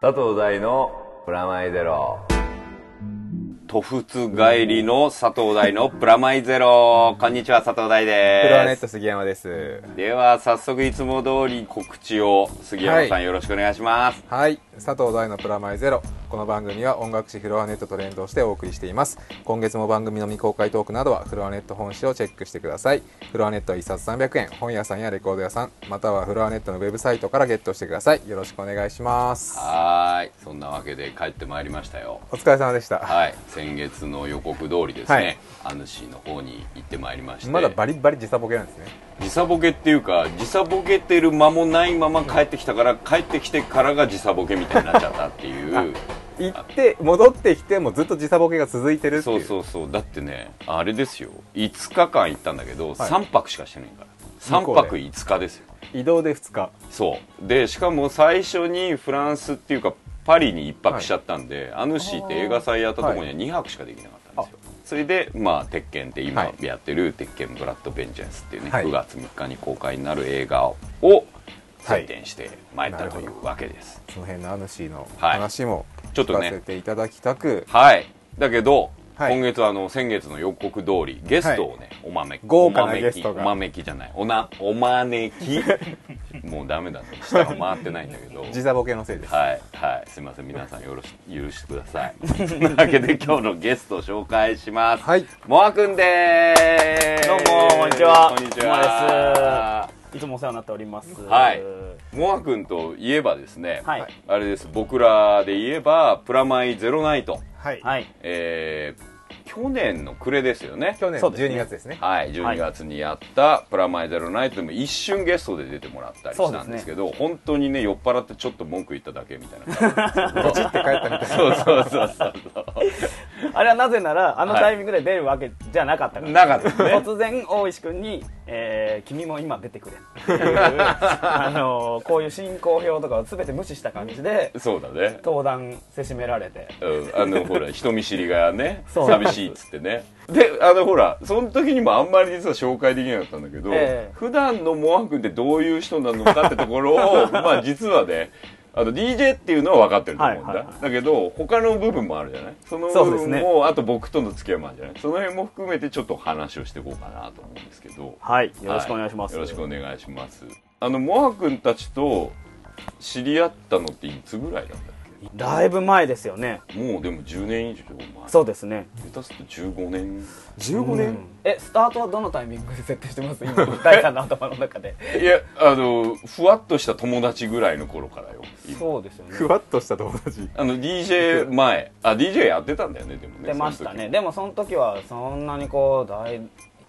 佐藤大のプラマイゼロ。とふつ帰りの佐藤大のプラマイゼロ。こんにちは、佐藤大プロアネでット杉山です。す。では、早速いつも通り告知を杉山さん、はいよろしくお願いします。はい、佐藤大のプラマイゼロ。この番組は音楽誌フロアネットと連動してお送りしています。今月も番組の未公開トークなどはフロアネット本誌をチェックしてください。フロアネットは一冊300円、本屋さんやレコード屋さん、またはフロアネットのウェブサイトからゲットしてください。よろしくお願いします。はーい。そんなわけで帰ってまいりましたよ。お疲れ様でした。はい。先月の予告通りですね、アヌシーの方に行ってまいりまして。まだバリバリ時差ボケなんですね。時差ボケっていうか時差ボケてる間もないまま帰ってきたから帰ってきてからが時差ボケみたいになっちゃったっていう行って戻ってきてもずっと時差ボケが続いてるってそいうう。そうそうだってねあれですよ5日間行ったんだけど、はい3泊しかしてないから向3こうで泊5日ですよ移動で2日。そうでしかも最初にフランスっていうかパリに1泊しちゃったんで、アヌシーって映画祭やったとこには2泊しかできなかったんですよ、それでまあ鉄拳って今はいやってる「鉄拳ブラッド・ベンジャンス」っていうね、はい9月3日に公開になる映画を採点してまいったはいというわけですその辺のアヌシーのはい話もちょっ聞とかせねていただきたく、はいだけど、はい今月はあの先月の予告通りゲストをね、おまめ豪華おまなめきゲストがおまめきじゃないおなお招 きもうダメだね下が回ってないんだけど時差ボケのせいです。はいはいすいません皆さんよろし許してくださいそんなわ けで今日のゲストを紹介しますはいモアくんですどうもこんにちはこんにちはですいつもお世話になっておりますはいモアくんといえばですね、はいあれです僕らで言えばプラマイゼロナイトはいはいえー、去年の暮れですよね去年そうですね12月ですね。はい、12月にやった「プラマイゼロナイト」でも一瞬ゲストで出てもらったりしたんですけど本当にね酔っ払ってちょっと文句言っただけみたいな感じなんですけど帰ったみ たいそうそうそうそうあれはなぜならあのタイミングで出るわけじゃなかったから、なかったね突然大石君に、えー君も今出てくれ」っ ていう、あのーこういう進行表とかを全て無視した感じでそうだね、登壇せしめられてうん、あのほ ら人見知りがねそう寂しいっつってねであのほらその時にもあんまり実は紹介できなかったんだけど、ええ普段のモア君ってどういう人なのかってところを まあ実はねあの DJ っていうのは分かってると思うんだ、はいはいはだけど他の部分もあるじゃないその部そうです分ねも、あと僕との付き合いもあるじゃないその辺も含めてちょっと話をしていこうかなと思うんですけどはいよろしくお願いします、はよろしくお願いしますあのモア君たちと知り合ったのっていつぐらいなんだっだいぶ前ですよねけもうでも10年以上前そうですね下手すると15年15うんえスタートはどのタイミングで設定してます今 大さんの頭の中でいやあのふわっとした友達ぐらいの頃からよ今そうですよねふわっとした友達あの DJ 前あ DJ やってたんだよねでもね出ましたねその時でもその時はそんなにこう大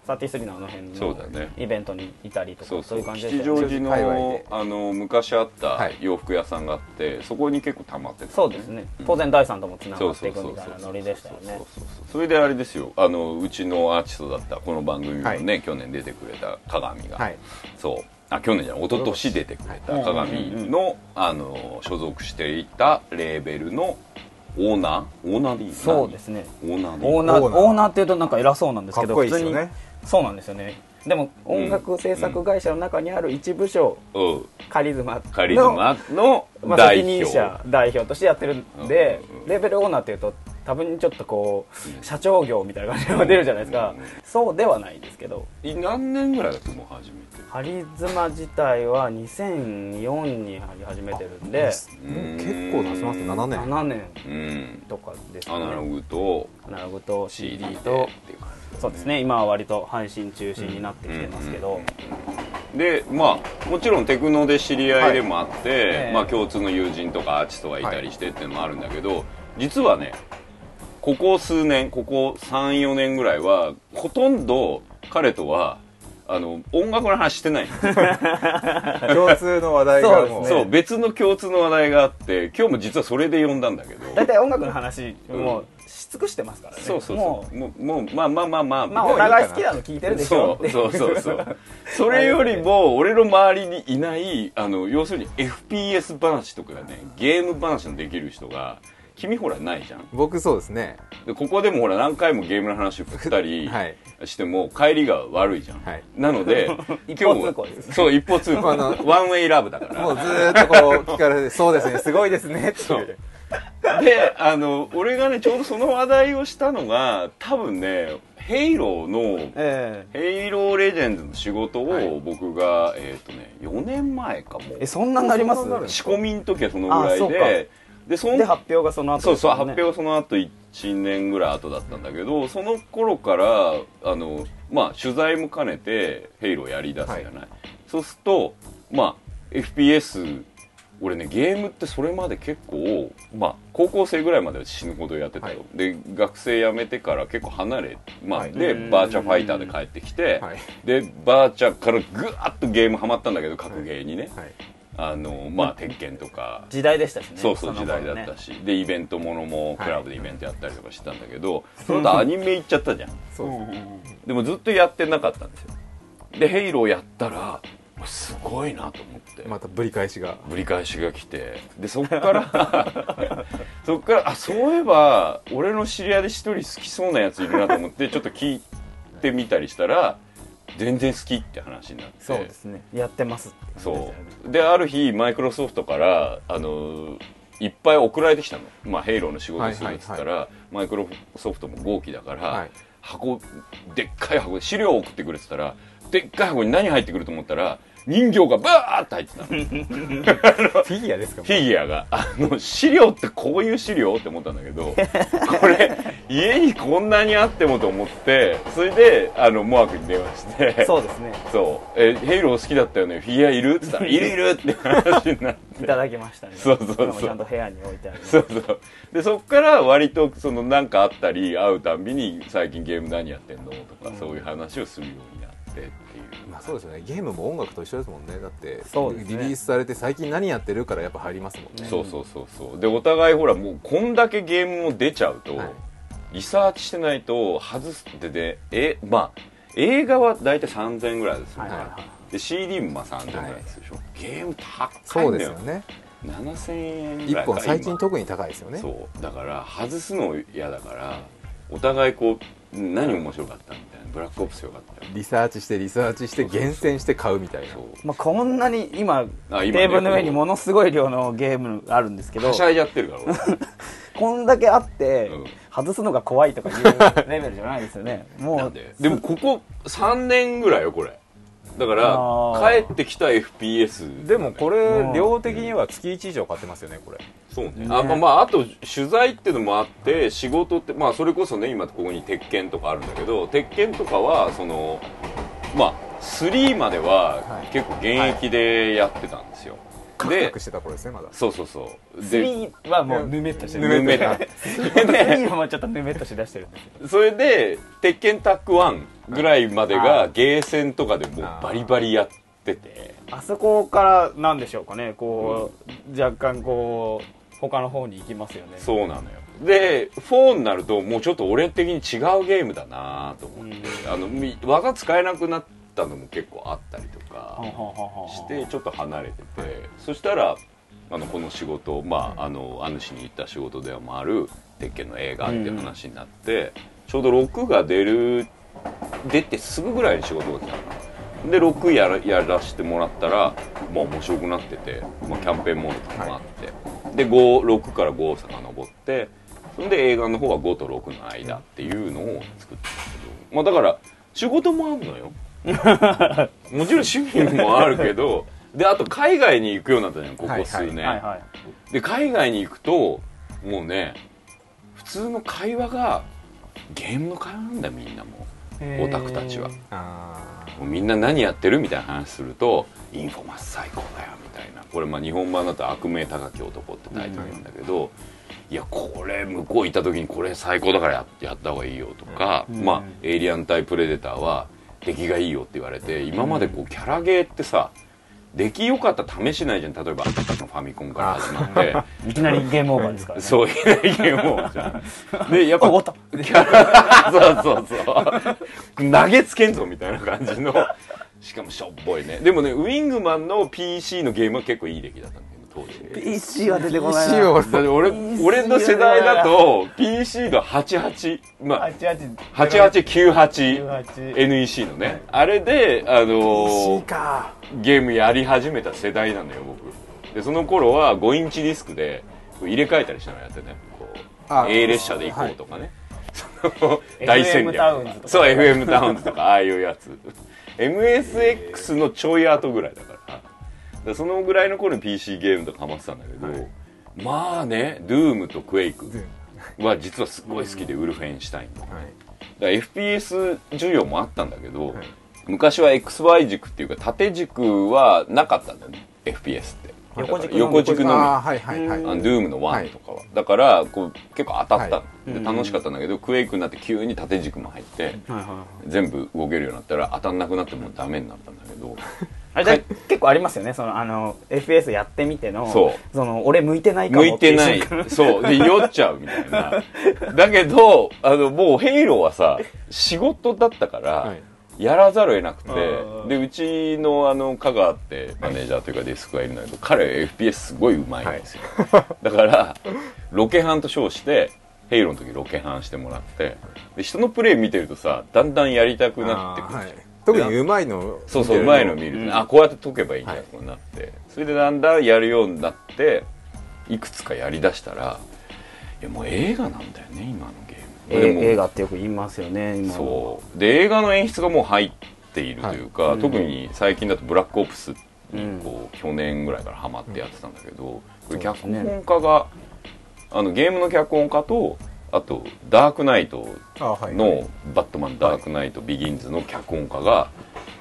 サティスリーのあの辺そうのだねイベントにいたりとかそう,、そうそういう感じで吉したよ祥寺ね吉祥寺界隈のであの昔あったはい洋服屋さんがあってそこに結構たまってたそうですね、当然第三ともつなそがうっそてういそくうみたいなノリでしたよねそうそうそうそれであれですよあのうちのアーティストだったこの番組もね、は去年出てくれた鏡が、はいそうあ去年じゃない一昨年出てくれた鏡の,、あの所属していたレーベルのオーナーオーナーでいいのそうですね何オーナーでいいのオーナーオオーーナーナーっていうとなんか偉そうなんですけかっどこいいですよねにそうなんですよねでも音楽制作会社の中にある一部署、うんカリズマのカリズマのまあ、代責表、任者代表としてやってるんで、うんうんうんレーベルオーナーっていうと多分ちょっとこう社長業みたいな感じが出るじゃないですか、うんうんうんそうではないですけどい何年ぐらいだともう初めてハリズマ自体は2004に張り始めてるんでうん結構出します7年7年うんとかですかアねナログとアナログと CD CD とっとていう感じだよそうですね今は割と配信中心になってきてますけど、でまあもちろんテクノで知り合いでもあって、えまあ、共通の友人とかアーティストがいたりしてっていうのもあるんだけど、実はねここ数年ここ34年ぐらいはほとんど彼とはあの音楽の話してないの 共通の話題がもうねそう別の共通の話題があって今日も実はそれで呼んだんだけど大体音楽の話うんもうし尽くしてますからね、そうそうもそうもうもうまあまあまあまあうまあみおたいな互い好きなの聞いてるでしょそっうてい そうそうそうそれよりも俺の周りにいないあの要するに FPS 話とかがねゲーム話のできる人が君ほらないじゃん僕そうですねでここでもほら何回もゲームの話を振ったりはいしても帰りが悪いじゃん、はいなので 一方通行です今日そう一方通行 あのワンウェイラブだかもらうずーっとこう聞かれてそうですねすごいですねってそいううであの俺がねちょうどその話題をしたのが多分ね「ヘイローのえ「ヘイローレジェンズ」の仕事はいを僕が、えっ、とね4年前かもええそんなになりまそすんなになる仕込みの時はそのぐらいあそうかででそんで発表がその後そうそうです発もんね表その後1年ぐらい後だったんだけどその頃からあの、まあ、取材も兼ねて「ヘイローやりだすじゃない、そうすると、まあ、FPS 俺ねゲームってそれまで結構、まあ、高校生ぐらいまでは死ぬほどやってたよ、はで学生辞めてから結構離れ、まあはいでうんバーチャファイターで帰ってきて、 はいでバーチャからぐわっとゲームハマったんだけど格ゲーにね、はいあ のまあ鉄拳とか時代でしたしねそうそうの時頃代ねだったし、でイベントものもはいクラブでイベントやったりとかしてたんだけど、その後アニメ行っちゃったじゃんそうですでもずっとやってなかったんですよで「ヘイローやったらすごいなと思って、またぶり返しがぶり返しが来てでそっからそっから あそういえば俺の知り合いで一人好きそうなやついるなと思ってちょっと聞いてみたりしたら全然好きって話になってそうですねやってますって感じですよそねうである日マイクロソフトからあのーいっぱい送られてきたの「まあ、ヘイローの仕事する」っつったら、マイクロソフトも豪気だから、はい箱でっかい箱で資料を送ってくれてたらでっかい箱に何入ってくると思ったら人形がバーッと入ってたのフフィギュアですかもうィギュアがあの資料ってこういう資料って思ったんだけど これ家にこんなにあってもと思ってそれであのモアクに電話してそうですねそうえ「ヘイロー好きだったよねフィギュアいる?」って言ったら「いるいる」って話になって いただきましたねそうそうそう今もちゃんと部屋に置いてありますそうそうでそっから割とそのなんかあったり会うたんびに「最近ゲーム何やってんの?」とか、うんそういう話をするようになってっていう、まあそうですよねゲームも音楽と一緒ですもんねだってそうですねリリースされて最近何やってるからやっぱ入りますもんねそうそうそうそうでお互いほらもうこんだけゲームも出ちゃうと、はいリサーチしてないと外すってでえまあ映画は大体3000円ぐらいですよね、はいはいはで CD もまあ3000円ぐらいですでしょ、ゲーム高いそんうだですよよね7000円ぐ一らいか本最近今特に高いですよねそうだから外すの嫌だからお互いこううん何面白かったみたいなブラックオプスよかったよリサーチしてリサーチして厳選して買うみたいなそうまあ、こんなに今あ今ねテーブルの上にものすごい量のゲームあるんですけどはしゃいじゃってるから俺こんだけあって、うん外すのが怖いとかいうレベルじゃないですよねなもんうででもここ3年ぐらいよこれだからあー帰ってきた FPS でもこれうん量的には月1以上買ってますよねこれそうねあまあまああと取材っていうのもあって仕事ってまあそれこそね今ここに鉄拳とかあるんだけど鉄拳とかはそのまあ3までは結構現役でやってたんですよ、カクカでクしてた頃ですねまだそうそうそうで3はもうぬめっとしてるぬめっ と3はもうちょっとぬめっとしだしてるんです よそれで鉄拳タック1ぐらいまでがゲーセンとかでもうバリバリやっててあそこからなんでしょうかねこう、若干こう他の方に行きますよねう、そうなのよで4になるともうちょっと俺的に違うゲームだなと思って、あのみ技使えなくなったのも結構あったりとはんかはんはんはんしてちょっと離れてて、そしたらあのこの仕事まああのあ主に行った仕事でもある鉄拳の映画っていう話になって、ちょうど6が出る出てすぐぐらいに仕事が来たので6やらやらせてもらったら、まあ、面白くなってて、まあ、キャンペーンモードとかもあって、で56から5さか登ってそんで映画の方は5と6の間っていうのを作ってたけど、まあ、だから仕事もあるの よもちろん趣味もあるけどであと海外に行くようになったじゃんここ数年、はいはいで海外に行くともうね普通の会話がゲームの会話なんだみんなもうオタクたちはへあもうみんな何やってるみたいな話すると「インフォマス最高だよ」みたいなこれまあ日本版だと「悪名高き男」ってタイトルなんだけど、いやこれ向こう行った時にこれ最高だからややった方がいいよとか、うんまあ「エイリアン対プレデター」は出来がいいよって言われて今までこうキャラゲーってさ出来良かったら試しないじゃん例えば「ファミコン」から始まって。ーいきなりゲームオーバーですからねそういう意見をじゃあで やっぱおっとキャラそうそう そう投げつけんぞみたいな感じのしかもしょっぽいねでもねウィングマンの PC のゲームは結構いい出来だったんだけど当時 PC は出てこないな PC をだって俺 PC 俺の世代だと PC の88まあ88 8898 NEC のねあれであの C かゲームやり始めた世代なのよ僕でその頃は5インチディスクでこう入れ替えたりしたのやってねこあう A 列車で行こうとかね、その FM 大戦略タウンズとかそう FM タウンズとかああいうやつ MSX のちょい後ぐらいだからだからそのぐらいの頃に PC ゲームとかハマってたんだけど、まあね Doom と Quake は実はすごい好きで、ウルフェンシュタインとかはいだから FPS 需要もあったんだけど、はい昔は XY 軸っていうか縦軸はなかったんだよね FPS って横軸のみ横軸のみあーはいはいはあいのドゥームのは1いとかは、だからこう結構当たったの、はで楽しかったんだけど、クエイクになって急に縦軸も入って、はいはいはい全部動けるようになったら当たんなくなってもうダメになったんだけどあれだ結構ありますよねそのあの FPS やってみてのそうその俺向いてないかも向いてなっいいう 瞬間そうで酔っちゃうみたいな だけどあのもうヘイローはさ仕事だったから、はいやらざるを得なくてうんでうちのあの香川ってマネージャーというかデスクがいるんだけど彼 FPS すごいうまいんです よ、だからロケハンと称してヘイローの時ロケハンしてもらってで人のプレイ見てるとさだんだんやりたくなってくるじゃん、はい特にうまいのそうそううまいの見るとね、うんあこうやって解けばいいんだはいこうなってそれでだんだんやるようになっていくつかやりだしたらいやもう映画なんだよね今のゲームえでも映画ってよく言いますよね今のそうで映画の演出がもう入っているというか、はいうん特に最近だと「ブラックオプス」にうこう去年ぐらいからハマってやってたんだけど、これ脚そうですね本家が、あのゲームの脚本家とあと「ダークナイト」あはいもの「バットマンダークナイトビギンズ」の脚本家が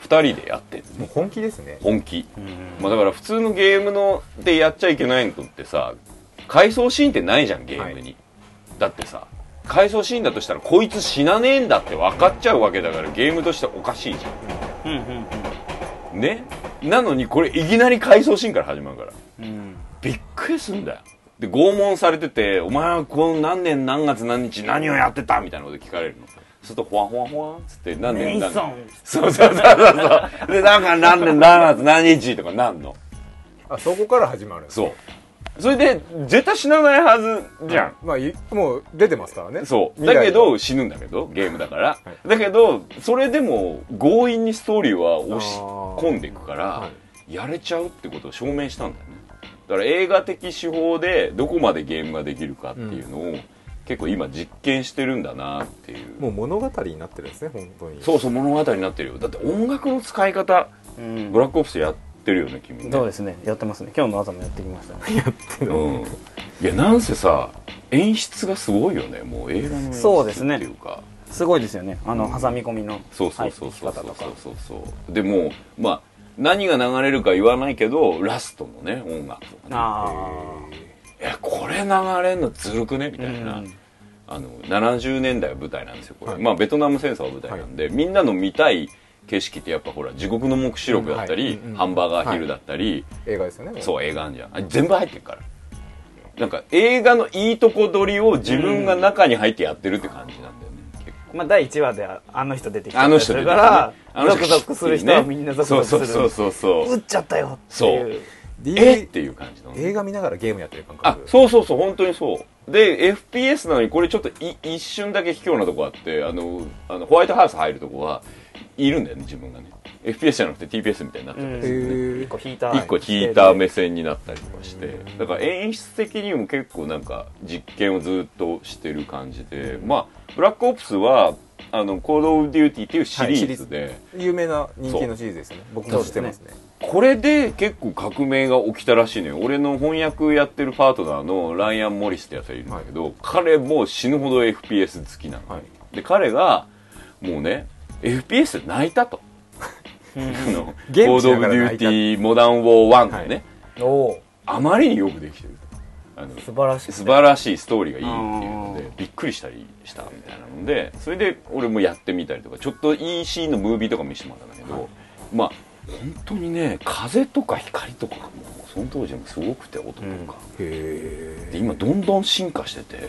2人でやってるう本気ですね本気、うんまあ、だから普通のゲームのでやっちゃいけないのってさ回想シーンってないじゃんゲームに、だってさ回想シーンだとしたらこいつ死なねえんだって分かっちゃうわけだからゲームとしておかしいじうんうんゃんねなのにこれいきなり回想シーンから始まるからうんうんびっくりすんだよで拷問されてて「お前はこの何年何月何日何をやってた?」みたいなこと聞かれるのすると「ほわほわほわ」っつって「何メ年イ何ソ年」ンそうそうそうそうそうでなんか何年何月何日とかなんのあそこから始まるそうそれで絶対死なないはずじゃん、まあいもう出てますからねそう未来だのけど死ぬんだけどゲームだから、はいだけどそれでも強引にストーリーは押し込んでいくから、はやれちゃうってことを証明したんだよねだから映画的手法でどこまでゲームができるかっていうのを、結構今実験してるんだなっていうもう物語になってるんですね本当にそうそう物語になってるよだって音楽の使い方うんブラックオプスやってるよね君ねそうですねやってますね今日の朝もやってきましたね うん、いやなんせさ演出がすごいよねもう映画の演そうです出ねっていうかすごいですよねあのうん挟み込みのそうそう入っそてうきそうそ方うとかそうそうでもまあ何が流れるか言わないけどラストのね音楽とかあねいやこれ流れんのずるくねみたーいな、うんあの70年代は舞台なんですよこれ、はいまあベトナム戦争は舞台なんで、みんなの見たい景色ってやっぱほら地獄の黙示録だったり、うんはいうんうんハンバーガーヒルだったり、映画ですよねうそう映画あんじゃんあれ全部入ってるからなんか映画のいいとこ取りを自分が中に入ってやってるって感じなんだよね、結構まあ第1話でああの人出てきたあの人だ出てきかたねらあのゾ人クゾクする人はみんなゾクゾクするそうそうそうそ撃うっちゃったよっていうえっていう感じの映画見ながらゲームやってる感あ覚そうそうそう本当にそうで FPS なのにこれちょっとい一瞬だけ卑怯なとこあってあのあのホワイトハウス入るとこはいるんだよね自分がね FPS じゃなくて TPS みたいになっちゃったりするんだよね、へ一個引いた一個引いた目線になったりとかしてだから演出的にも結構なんか実験をずっとしてる感じでまあブラックオプスはあのコードオブデューティーっていうシリーズで、え有名な人気のシリーズですよね僕も知ってますねこれで結構革命が起きたらしいのよ俺の翻訳やってるパートナーのライアン・モリスってやつがいるんだけど、彼も死ぬほど FPS 好きなの、はいで彼がもうね FPS で泣いたとあの「ゲーコムーしド・オブ・ながデらュー泣いテたィー・モダン・ウォー1」のね、はいおおあまりによくできてるあの素晴らしい素晴らしいストーリーがいいっていうのうでびっくりしたりしたみたいなのでそれで俺もやってみたりとかちょっといいシーンのムービーとか見せてもらったんだけど、まあ本当にね風とか光とかがもうその当時もすごくて音とか、へで今どんどん進化してて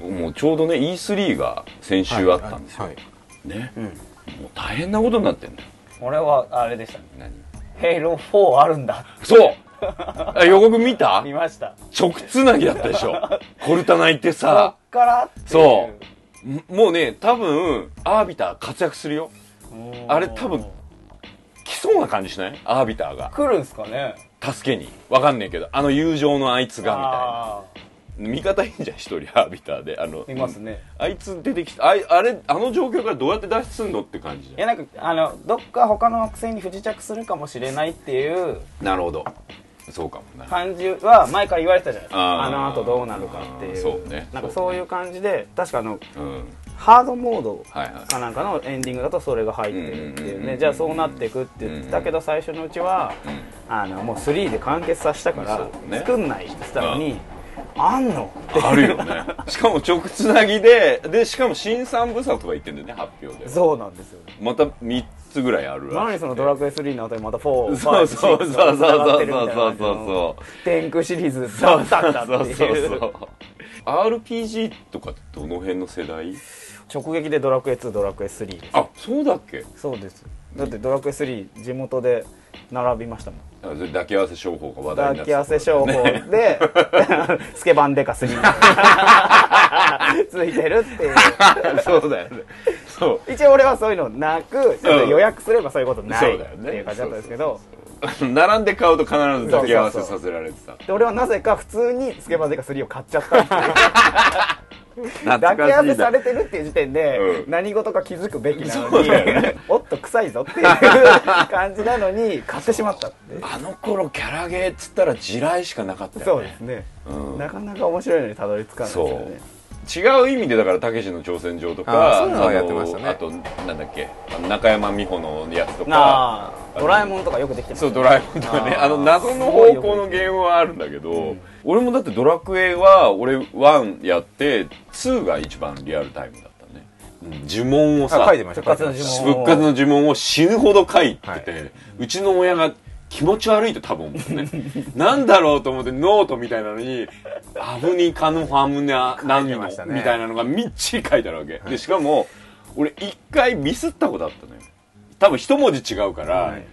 もうもうちょうどね E3 が先週あったんですよ、はいねうんもう大変なことになってんのよ俺はあれでしたね何「ヘイロー4あるんだ」そうあ予告見た見ました直つなぎだったでしょコルタナ行ってこさっからっていうそんもうね多分アービター活躍するようんあれ多分来そうな感じしないアービターが来るんすかね助けにわかんねえけどあの友情のあいつがみたいな味方いいんじゃん一人アービターであのみたいないますねあいつ出てきたあいあれあの状況からどうやって脱出すんのって感じじいゃやなんかあのどっか他の惑星に不時着するかもしれないっていうんなるほどそうかもな感じは前から言われてたじゃないですかあーあの後どうなるかっていうそうねなんかそういう感じで確かあうのんハードモードはいはいかなんかのエンディングだとそれが入ってるってうんうんいうんううんうねんじゃあそうなっていくって言ってたけど最初のうちはあのもう3で完結させたかそらうね作んないって言ってたのにあんのってあるよ ねしかも直つなぎででしかも新三部作とか言ってんだよね発表でそうなんですよまた3つぐらいあるらしいなのにその「ドラクエ3」の後にまた4そうそうそうそうそうそうそうそうう天空シリーズそうだったんだってそうそういそうう RPG とかってどの辺の世代直撃で「ドラクエ2」「ドラクエ3」ですあそうだっけそうですだって「ドラクエ3」地元で並びましたもんあそれ抱き合わせ商法が話題にな抱ってき合たわせ商法 でスケバンデカ3ついてるっていうそうだよねそう一応俺はそういうのなくちょっと予約すればそういうことないそうってだよねいう感じだったんですけどあの並んで買うと必ず抱き合わせさせられてたで俺はなぜか普通にスケバンデカ3を買っちゃったっていう懐抱き合わかしせいなされてるっていう時点で、うん何事か気づくべきなそのうに、だよねおっと臭いぞっていう感じなのに買ってしまったってあの頃キャラゲーっつったら地雷しかなかったそようねですね、うんなかなか面白いのにたどり着かないですよね違う意味でだからたけしの挑戦状とあかーそういうのはやってましたねあとなんだっけあの中山美穂のやつとかなあドラえもんとかよくできてますそうドラえもんとかねああーの謎の方向のゲームはあるんだけど、俺もだってドラクエは俺1やって2が一番リアルタイムだったねうん呪文をさあ書いてました復活の呪文復活の呪文を死ぬほど書いてて、うちの親が気持ち悪いと多分思ってねなんだろうと思ってノートみたいなのに「アブニカのファムナ何ての」まみしたたねいなのがみっちり書いてあるわけ、でしかも俺一回ミスったことあったのよ多分一文字違うから、はい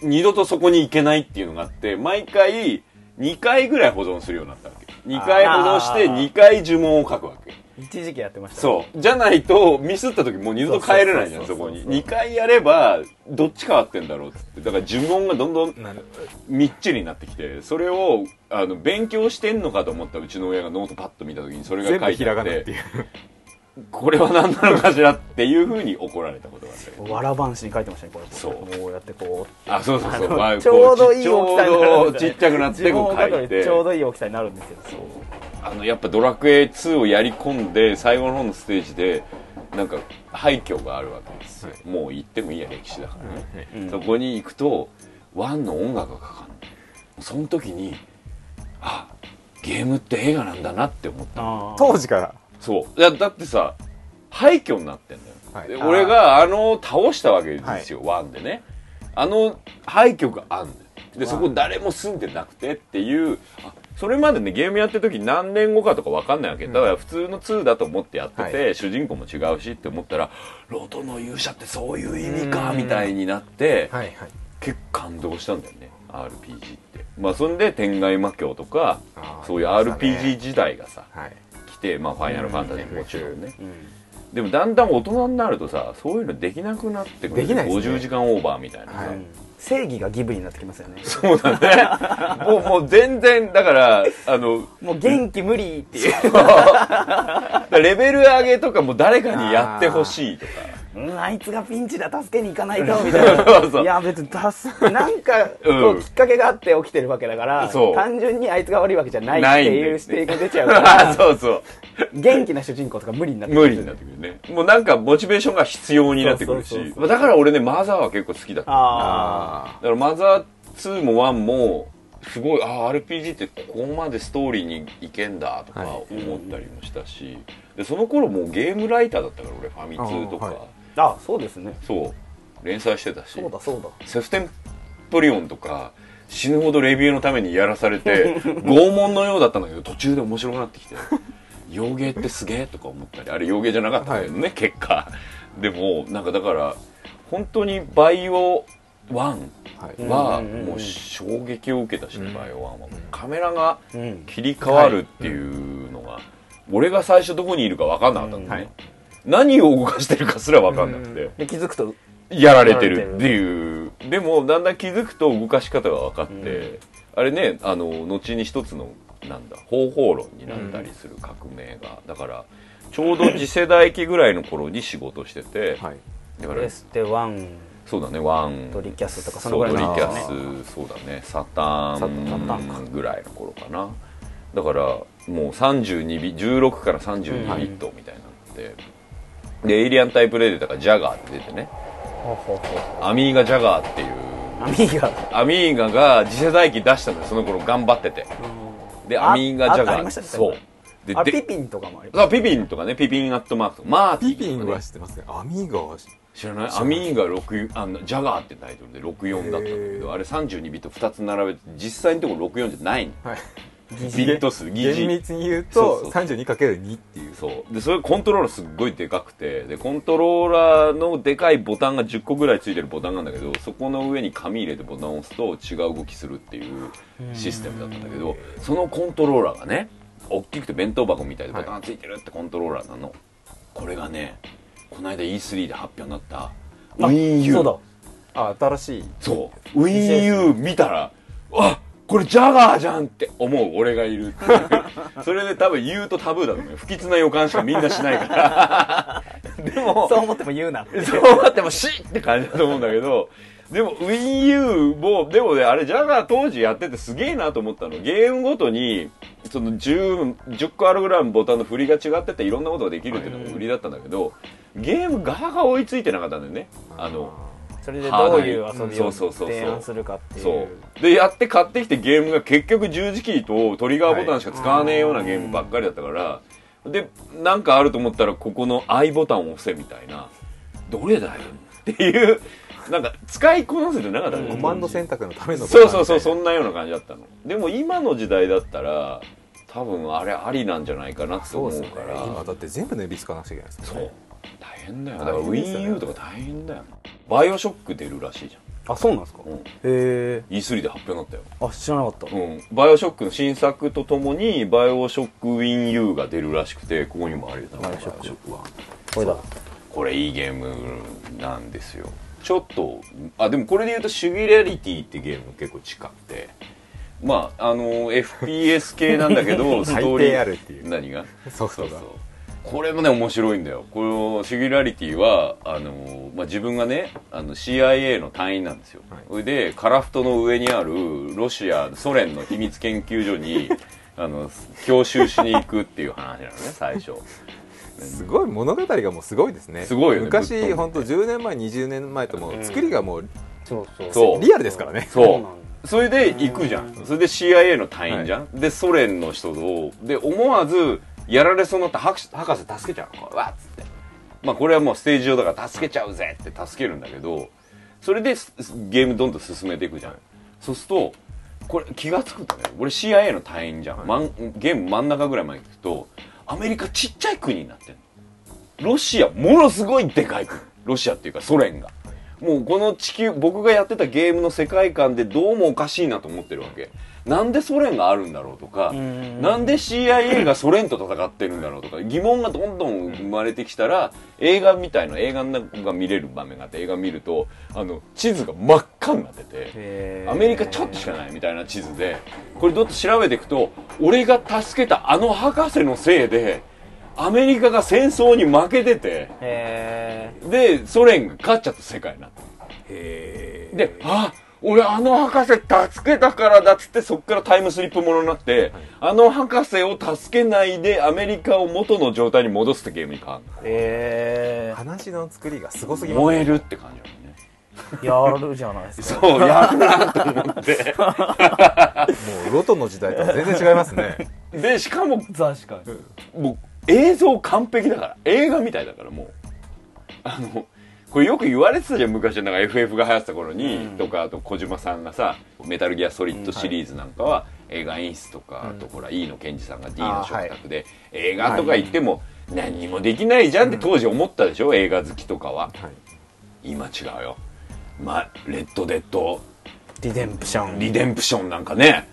二度とそこに行けないっていうのがあって毎回2回ぐらい保存するようになったわけ2回保存してあー2回呪文を書くわけ一時期やってましたそうじゃないとミスった時もう二度と帰れないじゃんそそうそうそうそうこに2回やればどっち変わってんだろうっつってだから呪文がどんどんなるみっちりになってきてそれをあの勉強してんのかと思ったうちの親がノートパッと見た時にそれが全書部いひてあらっがなってていうこれは何なのかしらっていうふうに怒られたことがあってわらばんしに書いてましたねこれそうこうやってこうあそうそうそうあのまあこ ちょうどいいち大きさになょるうどちっちゃくなってこう呪文を書書いくのにてちょうどいい大きさになるんですよあのやっぱ「ドラクエ2」をやり込んで最後の方のステージでなんか廃墟があるわけですよ、もう行ってもいいや歴史だからね、うんそこに行くとワンの音楽がかかるのその時にあゲームって映画なんだなって思ったあー 当時からそうだだってさ廃墟になってんだよ、はいであー俺があの倒したわけですよ、ワンでねあの廃墟があんだよでそこ誰も住んでなくてっていうあそれまでねゲームやってる時何年後かとか分かんないわけだから普通の2だと思ってやってて、は主人公も違うしって思ったら「ロトの勇者ってそういう意味か」うんみたいになって、はいはい結構感動したんだよね RPG ってまあそんで天外魔境とかあーそういうありましたね RPG 時代がさはい来てまあファイナルファンタジーももちろんねうんでもだんだん大人になるとさそういうのできなくなってくるできないですね50時間オーバーみたいなさ、はいうん正義がギブになってきますよねそうだね もうもう全然だからあのもう元気無理っていうレベル上げとかも誰かにやってほしいとかうんあいつがピンチだ助けに行かないとみたいな そうそうや別に助けなんか、うんこうきっかけがあって起きてるわけだからそう単純にあいつが悪いわけじゃないっないんてだいようね指定が出ちゃうか らそうそう元気な主人公とか無理になってく無る理になってくるねもうなんかモチベーションが必要になってくるしそうそうそうそうまあだから俺ねマザーは結構好きだったああだからマザー2も1もすごいああ RPG ってここまでストーリーにいけんだとかはい思ったりもしたし、でその頃もうゲームライターだったから俺ファミ通とか、あーはいああそうですねそう連載してたしそうだそうだセフテンプリオンとか死ぬほどレビューのためにやらされて 拷問のようだったんだけど途中で面白くなってきて 洋芸ってすげえとか思ったりあれ洋芸じゃなかったんだけどね、結果でもなんかだから本当にバイオ1はいうんはうんうんうんもう衝撃を受けたしね、うんバイオワンはもうカメラがうん切り替わるっていうのが、俺が最初どこにいるか分かんなかったんだね、何を動かしてるかすら分かんなくて、で気づくとやられてるっていうでもだんだん気づくと動かし方が分かって、うあれねあの後に一つのなんだ方法論になったりする革命が、だからちょうど次世代機ぐらいの頃に仕事してて、はいだからプレステ1そうだねワンとリキャスとかそのそうぐドらいリキのですャねスそうだねサタササターンーンぐらいの頃かなだからもう32ビ16から32ビットみたいなのって、でエイリアン対プレデターがジャガーって出てねほうほうほうアミーガジャガーっていうアミーガアミーガが次世代機出したのよその頃頑張っててであアミーガジャああガりーましたねそうであでピピンとかもありますあピピンとかねピピンアットマークとかマーティピンとかピねンは知ってますねアミーガは知知らないアミーが6あのジャガーってタイトルで64だったんだけへーどあれ32ビット2つ並べて実際のところ64じゃないのはいビット数疑厳似密に言うそうそとう 32×2 っていうそうでそれコントローラーすっごいでかくてでコントローラーのでかいボタンが10個ぐらいついてるボタンなんだけどそこの上に紙入れてボタンを押すと違う動きするっていうシステムだったんだけどそのコントローラーがね大きくて弁当箱みたいでボタンついてるってコントローラーなの、これがねこの間 E3 で発表になったあ WinU そうだあ新しいそう。WinU 見たら、あこれジャガーじゃんって思う俺がいる っていう。それで多分言うとタブーだと思うよ。不吉な予感しかみんなしないから。 でも、そう思っても言うな ってそうなってもシーって感じだと思うんだけど、でも WinU も、でもね、あれジャガー当時やっててすげえなと思ったの。ゲームごとに、その10、10個あるぐらいのボタンの振りが違ってていろんなことができるっていうのが売りだったんだけど、ゲーム側が追いついてなかったんだよね。あの、それでどういう遊びそをうそうそうそう提案するかっていうそうでやって買ってきてゲームが結局十字キーとトリガーボタンしか使わねえようなゲームばっかりだったから、でなんかあると思ったらここの I ボタンを押せみたいなどれだよっていうなんか使いこなせてなかったねコマンド選択のためのボタそンうそうそうそみんなような感じだったのでも今の時代だったら多分あれありなんじゃないかなって思うたかいなら今だって全部の指使わなくちゃいけないですそもんうね大変だよだから大変ですよね WinU とか大変だよバイオショック出るらしいじゃあそうなんですかん、うん、へ E3 で発表になったよえあ知らなかったうん、バイオショックの新作とともにバイオショックウィン U が出るらしくてここにもあるよバイオショックはこれだこれいいゲームなんですよちょっとあでもこれで言うと「シュギュラリティ」ってゲーム結構近くてまああの FPS 系なんだけ どストーリ大抵ーあるっていう何がソフトがこれもね面白いんだよこのシュギュラリティはあの、まあ、自分がねあの CIA の隊員なんですよ、はいそれで樺太の上にあるロシアソ連の秘密研究所にあの 教習しに行くっていう話なのね最初すごい物語がもうすごいですねすごいよねぶっ飛ん昔で本当10年前20年前ともう作りがもうそうそうそうリアルですからねそうなんそだうそれで行くじゃんそれで CIA の隊員じゃん、でソ連の人をで思わずやられそうになった博士博士助けちゃうのわっつってまあこれはもうステージ上だから助けちゃうぜって助けるんだけどそれですゲームどんどん進めていくじゃんそうするとこれ気が付くんだね俺 CIA の隊員じゃん、まんゲーム真ん中ぐらいまで行くとアメリカちっちゃい国になってんのロシアものすごいでかい国ロシアっていうかソ連がもうこの地球僕がやってたゲームの世界観でどうもおかしいなと思ってるわけなんでソ連があるんだろうとかんなんで CIA がソ連と戦ってるんだろうとか疑問がどんどん生まれてきたら映画みたいな映画が見れる場面があって映画見るとあの地図が真っ赤になっててへーアメリカちょっとしかないみたいな地図でこれどっと調べていくと俺が助けたあの博士のせいでアメリカが戦争に負けててへでソ連が勝っちゃった世界になったへえで、あ俺あの博士助けたからだっつってそっからタイムスリップものになって、あの博士を助けないでアメリカを元の状態に戻すってゲームに変わるえへ話の作りがすごすぎます燃えるって感じなのねえやるじゃないですかそうやるなと思 ってもうロトの時代とは全然違います ねでしかも 確かにもう映像完璧だから映画みたいだからもうあのこれよく言われてたじゃん昔なんか FF が流行ってた頃に、とかあと小島さんがさ「メタルギアソリッド」シリーズなんかは映画演出とか、あとほら E の健二さんが D の食卓で、映画とか言っても何にもできないじゃんって当時思ったでしょ、映画好きとかははい今違うよ、ま、レッドデッドリデンプションリデンプションなんかね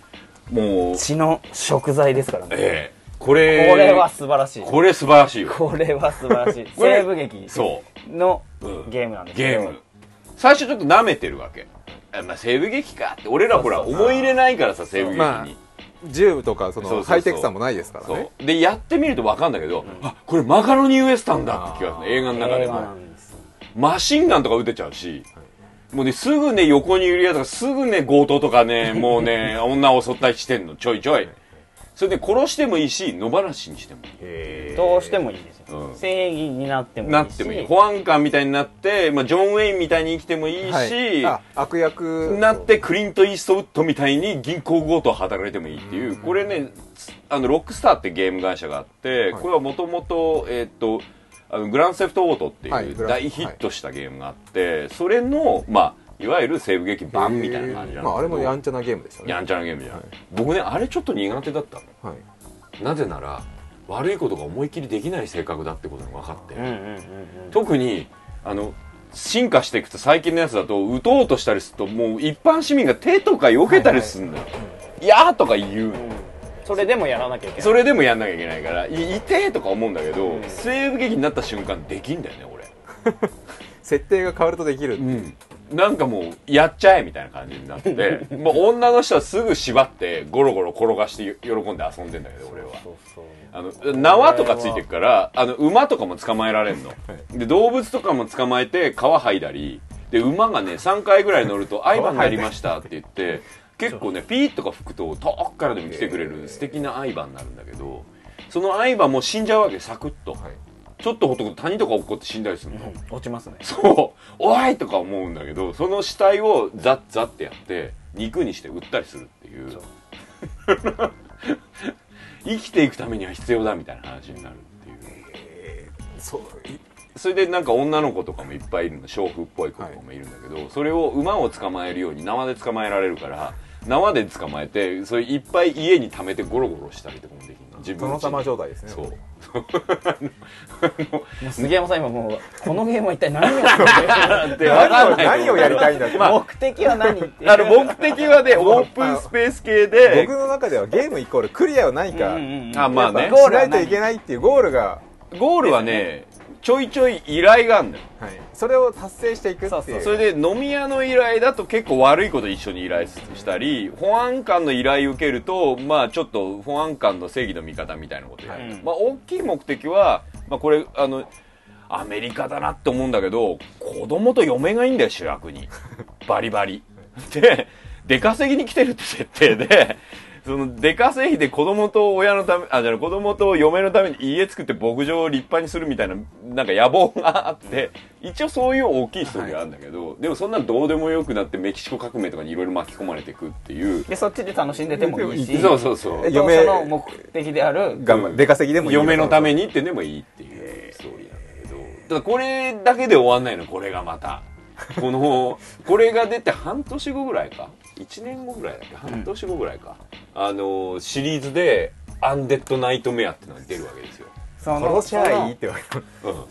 もう血の食材ですからね、ええこれこれは素晴らしいこれ素晴らしいよこれは素晴らしいこれ西部劇そのうんゲームなんですゲけどーム最初ちょっと舐めてるわけあまあ西部劇かって俺らほらそう思そうそうい入れないからさ西部劇に、まあ銃部とかそそうそうのそうハイテクさもないですからねそうでやってみると分かるんだけど、あこれマカロニウエスタンだって気がする映画の中映で画もなんですよマシンガンとか撃てちゃうし、もうねすぐね横にいるやつがすぐね強盗とか ねもうね女を襲ったりしてんのちょいちょいそれで殺してもいいし野放しにしてもいいどうしてもいいですよ、うん正義になってもいいしなってもいい保安官みたいになって、まあ、ジョン・ウェインみたいに生きてもいいし、はいあ悪役なってクリント・イーストウッドみたいに銀行強盗を働いてもいいっていうこれねあのロックスターってゲーム会社があってはいこれはもともとえーっとあのグランセフト・オートっていはいうグラン大ヒットしたゲームがあってそれのまあいわゆる西部劇版みたいな感じなんだけどまああれもやんちゃなゲームでしたねやんちゃなゲームじゃんはい僕ねあれちょっと苦手だったのはいなぜなら悪いことが思い切りできない性格だってことが分かってうんうんうんうん特にあの進化していくと最近のやつだと撃とうとしたりするともう一般市民が手とか避けたりするんだよ、いやーとか言うのそれでもやらなきゃいけないそれでもやんなきゃいけないからい痛えとか思うんだけど、うん西部劇になった瞬間できんだよね俺設定が変わるとできるうん、なんかもうやっちゃえみたいな感じになってもう女の人はすぐ縛ってゴロゴロ転がして喜んで遊んでんだけど俺はそうそうあの縄とかついてるからあの馬とかも捕まえられんの、で動物とかも捕まえて皮剥いだりで馬がね3回ぐらい乗ると「相場になりました」って言って結構ねピーッとか吹くと遠くからでも来てくれる素敵な相場になるんだけどその相場も死んじゃうわけサクッと、ちょっとほっとくと谷とか落っこって死んだりするの、うん落ちますねそう「おい!」とか思うんだけどその死体をザッザッってやって肉にして売ったりするっていうそう 生きていくためには必要だみたいな話になるっていうそうそれでなんか女の子とかもいっぱいいるの娼婦っぽい子とかもいるんだけど、それを馬を捕まえるように縄で捕まえられるから縄で捕まえてそれいっぱい家に溜めてゴロゴロしたりとかもできるの自殿の様状態ですねそうもう杉山さん今もうこのゲームは一 体何をやってるで何を 何をやりたいんだっての目的は何っていうあの目的は ねオープンスペース系で僕の中ではゲームイコールクリアを何かうんうんうんあまあねやっぱしないといけないっていうゴールがゴールはねちょいちょい依頼があるのよはいそれを達成していくそうってそうそいうれで飲み屋の依頼だと結構悪いこと一緒に依頼したり保安官の依頼受けるとまあちょっと保安官の正義の味方みたいなことやる、はいまあ大きい目的は、まあ、これあのアメリカだなって思うんだけど子供と嫁がいいんだよ主役にバリバリで出稼ぎに来てるって設定でその出稼ぎで子供と親のためあじゃあ子供と嫁のために家作って牧場を立派にするみたいななんか野望があって一応そういう大きいストーリーがあるんだけど、でもそんなんどうでもよくなってメキシコ革命とかにいろいろ巻き込まれていくっていうでそっちで楽しんでてもいいし そうそうそうえっと嫁その目的である頑張る出稼ぎでもいい嫁のためにってでもいいっていうストーリーなんだけどだからこれだけで終わんないのこれがまたこのこれが出て半年後ぐらいか1年後ぐらいだっけ半年後ぐらいか、あのシリーズで「アンデッド・ナイト・メア」ってのが出るわけですよ、その殺しゃいいっそのて言われたう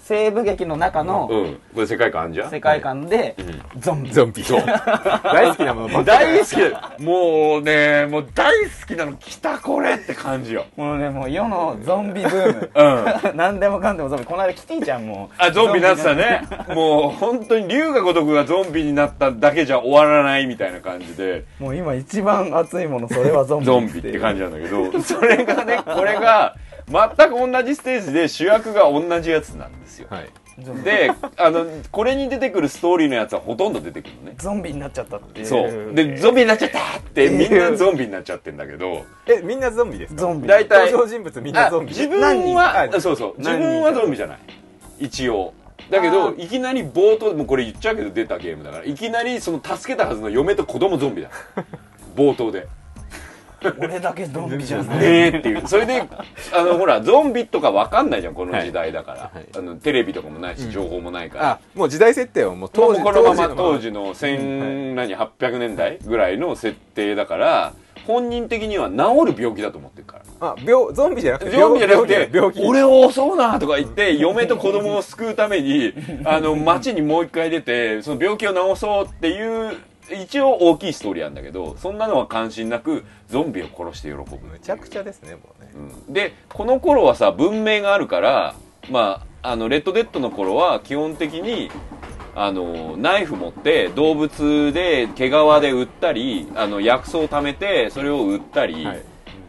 西部劇の中んのうん、これ世界観あんじゃん世界観でうゾンビゾンビそう大好きなものばっかり大好きだもうねもう大好きなの来たこれって感じよもうねもう世のゾンビブーうムん 何でもかんでもゾンビこの間キティちゃんもあゾンビになってたねもう本当に龍が如くがゾンビになっただけじゃ終わらないみたいな感じでもう今一番熱いものそれはゾンビゾンビって感じなんだけど それがねこれが全く同じステージで主役が同じやつなんですよはいゾンビであのこれに出てくるストーリーのやつはほとんど出てくるのねゾンビになっちゃったっていうそうでゾンビになっちゃったってみんなゾンビになっちゃってんだけどえみんなゾンビですかゾンビ大体登場人物みんなあゾンビ自分は何人かそうそう自何人か分はゾンビじゃない一応だけあどーいきなり冒頭もうこれ言っちゃうけど出たゲームだからいきなりその助けたはずの嫁と子供ゾンビだ冒頭で俺だけゾンビじゃないねえっていうそれであのほらゾンビとかわかんないじゃんこの時代だから、はいあのテレビとかもないし情報もないから、あもう時代設定はもう当当時時このまま当当時時の千何800年代ぐらいの設定だから本人的には治る病気だと思ってるからあ病ゾンビじゃなくてゾンビじゃなくて病気俺を襲うなとか言って嫁と子 供を救うためにあの街にもう一回出てその病気を治そうっていう一応大きいストーリーなんだけどそんなのは関心なくゾンビを殺して喜ぶむちゃくちゃですねもうねうんでこの頃はさ文明があるからまああのレッドデッドの頃は基本的にあのナイフ持って動物で毛皮で売ったりあの薬草を貯めてそれを売ったり、はい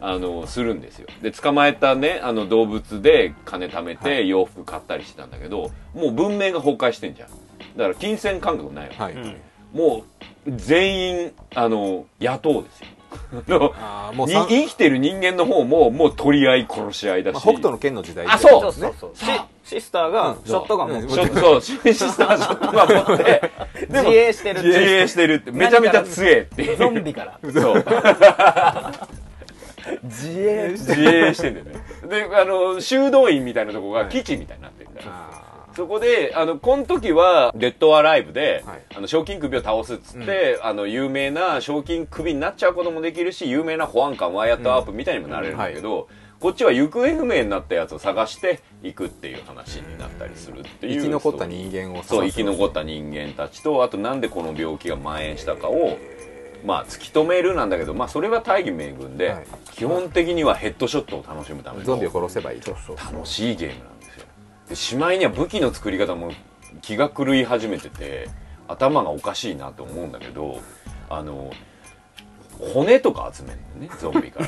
あのするんですよで捕まえたねあの動物で金貯めはて洋服買ったりしてたんだけど、もう文明が崩壊してんじゃんだから金銭感覚ないわけはい、うんもう全員あの野党ですよ あ のああもうにさん生きてる人間の方ももう取り合い殺し合いだし、まあ、北斗の剣の時代あですねそうそうそうそうさシシスターがうんショットガン持っうてんショットそうシスターショットガン持って自衛してる自衛してるってめちゃめちゃ強えっていうゾンビからそう自衛して自衛してんだよねであの修道院みたいなとこが基地みたいになってるから、あそこであのこの時は「デッド・アライブで」はいあの賞金首を倒すっつって、あの有名な賞金首になっちゃうこともできるし有名な保安官ワイヤット・アープみたいにもなれるんだけど、こっちは行方不明になったやつを探していくっていう話になったりするってーいう生き残った人間をそう生き残っった人間たちとあとなんでこの病気が蔓延したかを、まあ、突き止めるなんだけど、まあ、それは大義名分で、はい基本的にはヘッドショットを楽しむためのゾンビを殺せばいいと楽しいゲームなんですよでしまいには武器の作り方も気が狂い始めてて頭がおかしいなと思うんだけどあの骨とか集めるのねゾンビか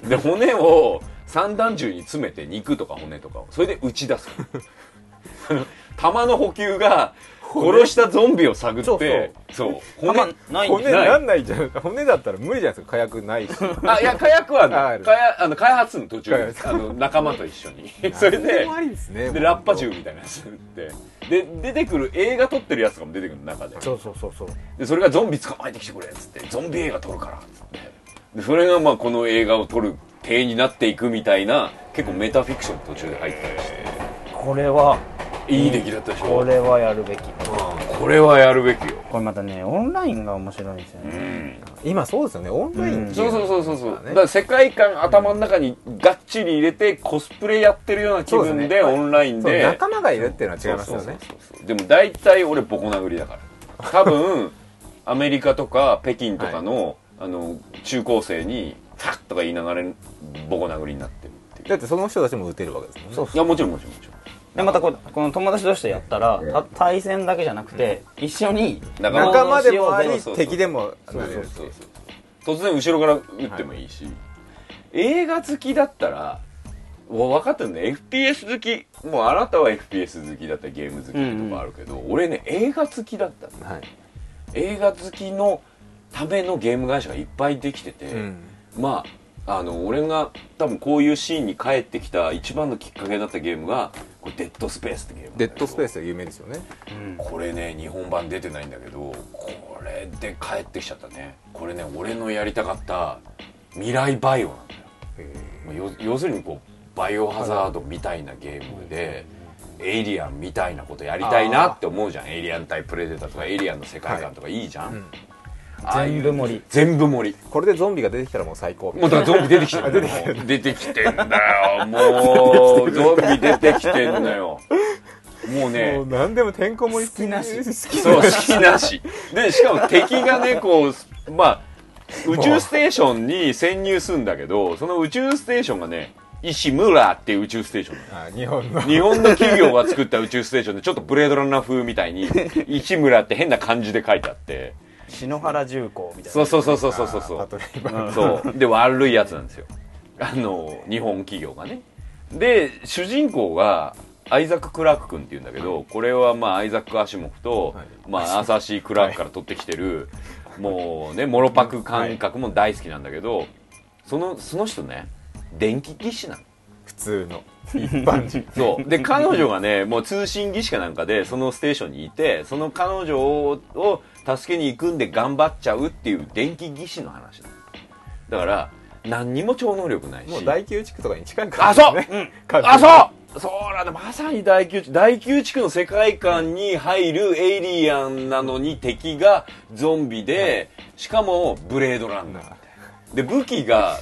らで骨を三段銃に詰めて肉とか骨とかをそれで打ち出すあの 弾の補給が殺したゾンビを探ってそそうう弾骨ないん骨でないなんないじゃん骨だったら無理じゃないですか火薬な いしあいや火薬はあああるの火薬あの開発の途中で開すあの仲間と一緒に それ何でもありですねでラッパ銃みたいなやつ打ってで出てくる映画撮ってるやつとかも出てくる中でそうそうそうそうでそれがゾンビ捕まえてきてくれっつってゾンビ映画撮るからっつってでそれがまあこの映画を撮る体になっていくみたいな結構メタフィクション途中で入ったりしてこれはいい出来だったでしょこれはやるべきうんこれはやるべきよこれまたねオンラインが面白いんですようねん今そうですよねオンラインっていそうのうがそうそうそうそう、ねだから世界観頭の中にがっちり入れてコスプレやってるような気そうで分すでねオンラインそうで仲間がいるっていうのは違いますよねそうそうそうそうでも大体俺ボコ殴りだから多分アメリカとか北京とかの,、あの中高生に「ファッ!」とか言いながらボコ殴りになってるっていだっうてその人たちも打てるわけですもんねそういやもちろんもちろんもちろんでまたこうこの友達同士でやったらた対戦だけじゃなくて一緒に仲間仲間でもあそうりそうそう敵でもなそうれそるうそうそう突然後ろから打ってもいいし、映画好きだったらもう分かってるね FPS 好きもうあなたは FPS 好きだったりゲーム好きとかあるけど、俺ね映画好きだったのはい映画好きのためのゲーム会社がいっぱいできてて、うんまああの俺が多分こういうシーンに帰ってきた一番のきっかけだったゲームがこれデッドスペースってゲームなんだけデどッドスペースは有名ですよねこれね日本版出てないんだけどこれで帰ってきちゃったねこれね俺のやりたかった未来バイオなんだよまあ要要するにこうバイオハザードみたいなゲームで、エイリアンみたいなことやりたいなって思うじゃんエイリアン対プレデターとかエイリアンの世界観とかいいじゃん、んああいう全部盛り全部盛りこれでゾンビが出てきたらもう最高みたもいうなだからゾンビ出てきてるもう出てきてんだ よもうゾンビ出てきてんだよもうもうね何でもてんこ盛りすぎ好きなし好きそう好きなしでしかも敵がねこうまあ宇宙ステーションに潜入するんだけどその宇宙ステーションがね石村っていう宇宙ステーションなのあ日本の日本の企業が作った宇宙ステーションでちょっとブレードランナー風みたいに「石村」って変な漢字で書いてあって篠原重工みたいそうそうそうそうそうそうあパトリーバー そうで悪いやつなんですよあの日本企業がねで主人公がアイザック・クラーク君っていうんだけどこれはまあアイザック・アシモフと、はいまあ、アサシー・クラークから取ってきてる、もうねモロパク感覚も大好きなんだけど、そのその人ね電気技師なの普通の一 般人そうで彼女がねもう通信技師かなんかでそのステーションにいてその彼女をを助けに行くんで頑張っちゃうっていう電気技師の話なのだから何にも超能力ないしもう大宮地区とかに近いからあそう、ねうん完全にあそうそうなんだまさに大宮地大宮地区の世界観に入るエイリアンなのに敵がゾンビで、しかもブレード ランナーで武器が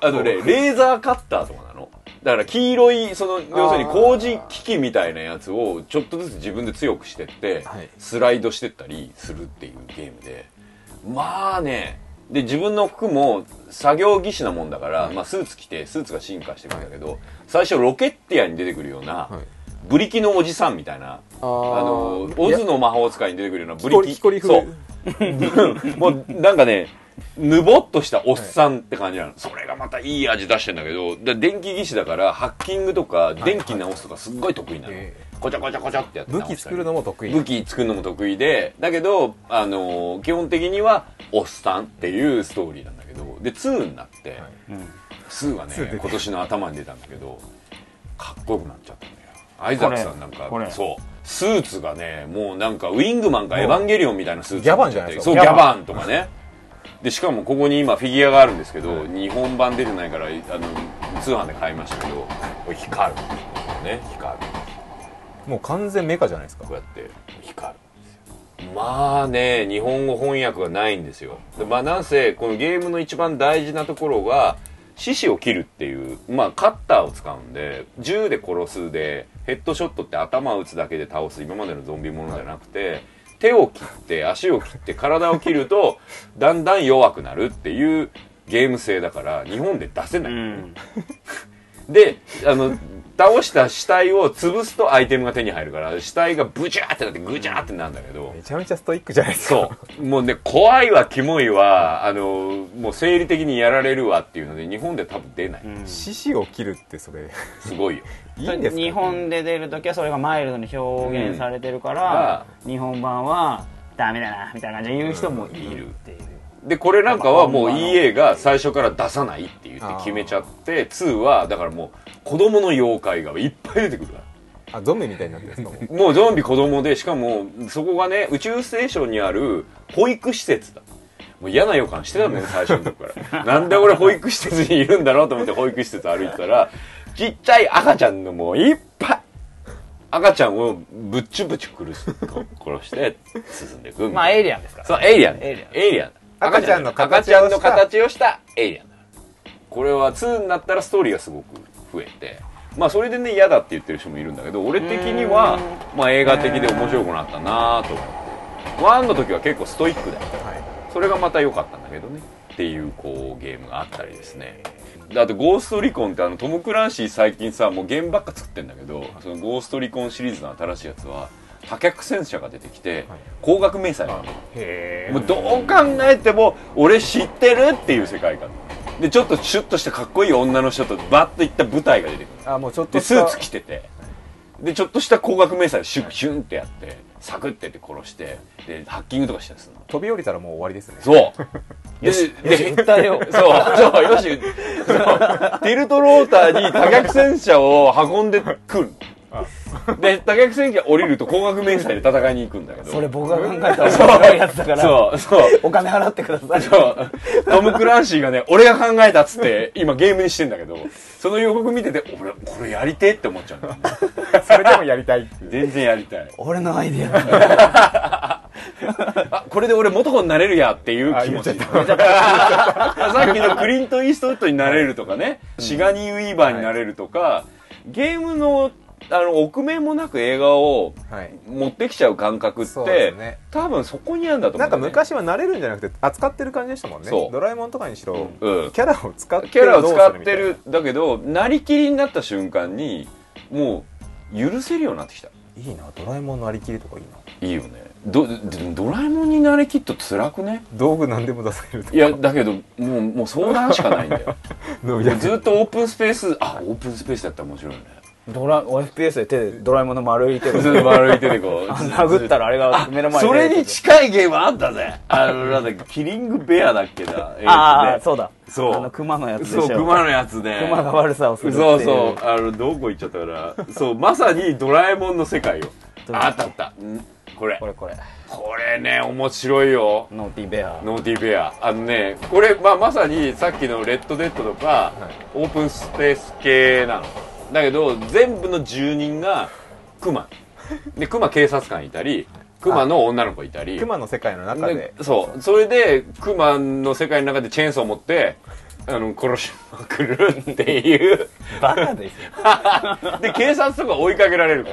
あのねレーザーカッターとかなのだから黄色いその要するにあー麹機器みたいなやつをちょっとずつ自分で強くしてって、はいスライドしてったりするっていうゲームでまあねで自分の服も作業技師なもんだから、まあ、スーツ着てスーツが進化してくんだけど、最初ロケッティアに出てくるような、はいブリキのおじさんみたいなああのオズのの魔法使いに出てくるようなブブリリキキコリフそうもう なんかねぬぼっとしたおっさんって感じなの、それがまたいい味出してんだけどで電気技師だからハッキングとか電気直すとかすっごい得意なの、えこちゃこちゃこちゃってやって武直したり器作るのも得意武器作るのも得意でだけど、あのー基本的にはおっさんっていうストーリーなんだけどで2になって、はいうん2はね2出て今年の頭に出たんだけどかっこよくなっちゃったんだよアイザックさんなんかこれこれそうスーツがねもうなんかウィングマンかエヴァンゲリオンみたいなスーツギャバンじゃないですかそうギギャャバンバンとかねでしかもここに今フィギュアがあるんですけど、日本版出てないからあの通販で買いましたけどこれ光るね光るもう完全メカじゃないですかこうやって光るんですよまあね日本語翻訳がないんですよでまあなんせこのゲームの一番大事なところは獅子を切るっていうまあカッターを使うんで銃で殺すでヘッドショットって頭を打つだけで倒す今までのゾンビものじゃなくて手を切って足を切って体を切るとだんだん弱くなるっていうゲーム性だから日本で出せない、うんであの倒した死体を潰すとアイテムが手に入るから死体がブチャーってなってぐちゃーってなるんだけどめちゃめちゃストイックじゃな いですかそうもうね怖いわキモいわあのもう生理的にやられるわっていうので日本で多分出ないうん獅子を切るってそれすごいよいいんですか日本で出る時はそれがマイルドに表現されてるから、日本版はダメだなみたいな感じで言う人もいるっていう、でこれなんかはもう EA が最初から出さないって言って決めちゃって2はだからもう子供の妖怪がいっぱい出てくるからあゾンビみたいになってるんですかもうもうゾンビ子供でしかもそこがね宇宙ステーションにある保育施設だもう嫌な予感してたんだよ最初のとこからなんで俺保育施設にいるんだろうと思って保育施設歩いてたらちっちゃい赤ちゃんのもういっぱい赤ちゃんをぶっちゅぶちゅ殺す殺して進んでいくみたいなまあエイリアンですからそうエイリアンエイリアンエイリアン赤ちゃんの赤形ちをしたゃんの形をしたエイリアンだこれは2になったらストーリーがすごく増えてまあそれでね嫌だって言ってる人もいるんだけど俺的にはまあ映画的で面白くなったなと思って1の時は結構ストイックだよはそれがまた良かったんだけどねっていうこうゲームがあったりですねあと「ゴーストリコン」ってあのトム・クランシー最近さもうゲームばっか作ってんだけどその「ゴーストリコン」シリーズの新しいやつは多脚戦車が出てきてはい高額迷彩がいへもうどう考えても俺知ってるっていう世界観でちょっとシュッとしたかっこいい女の人とバッといった舞台が出てくるあもうちょっとでしスたーツ着ててでちょっとした高額迷彩でシュッシュンってやってサクッてやって殺してでハッキングとかしたりするの飛び降りたらもう終わりですねそうでで訴えようそうそうよしそうティルトローターに多脚戦車を運んでくるで多脚戦車降りると高額迷彩で戦いに行くんだけど それ僕が考えたら面白いやつだからそうそうお金払ってくださいそう トム・クランシーがね、俺が考えたっつって、今ゲームにしてんだけど、その予告見てて、俺、これやりてえって思っちゃうんだよね。それでもやりたいっていう全然やりたい。俺のアイディアだあ、これで俺元子になれるやっていう気持ち。 さっきのクリント・イーストウッドになれるとかね、シガニー・ウィーバーになれるとか、ゲームの、あの、臆面もなく映画を はい持ってきちゃう感覚っそうでて、すね多分そこにあるんだと思なうんだかよね、昔は慣れるんじゃなくて扱ってる感じでしたもんねそうドラえもんとかにしろ、うんキャラを使ってキャラをどう使すっみてたいなるだけどなりきりになった瞬間にもう許せるようになってきたいいなドラえもんのありきりとかいいないいよねどででもドラえもんになりきっと辛くね道具何でも出されるといやだけどもうもう相談しかないん だよの もうずっとオープンスペースあオープンスペースだったら面白いよねドラ FPS で手でドラえもんの丸い手でずっと丸い手で こう殴ったらあれが目の前それ出てにくる近いゲームあったぜあのなんだっけキリングベアだっけなああそそうだそうあの熊のやつでしょそう熊のやつで熊が悪さをするっていそうそうあのどこ行っちゃったかなそうまさにドラえもんの世界よどれああったあったんこれこれこれこれね面白いよノーティーベアノーティーベアあのねこれ、まあ、まさにさっきの「レッドデッド」とか、オープンスペース系なのだけど全部の住人がクマでクマ警察官いたりクマの女の子いたり熊の世界の中ででそうそれでクマの世界の中でチェーンソー持ってあの殺しまくるっていうバカです よで警察とか追いかけられる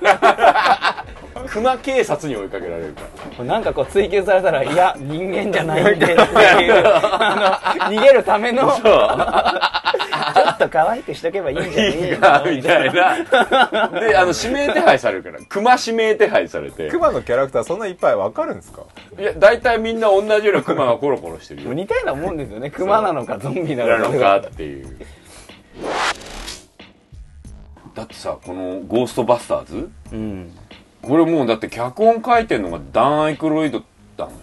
から 熊警察に追いかけられるかこれなんかこう追求されたらいや人間じゃないんでっていうあの逃げるためのちょらっと可愛くしとけばいいんじゃいねいえのかみたいな であの指名手配されるから熊指名手配されて熊のキャラクターそんないっぱいわかるんですかいや大体みんな同じような熊がコロコロしてるよ似たようなもんですよね熊なのかゾンビななののかかっていうだってさこの「ゴーストバスターズうん」これもうだって脚本書いてんのがダン・アイクロイドなのよ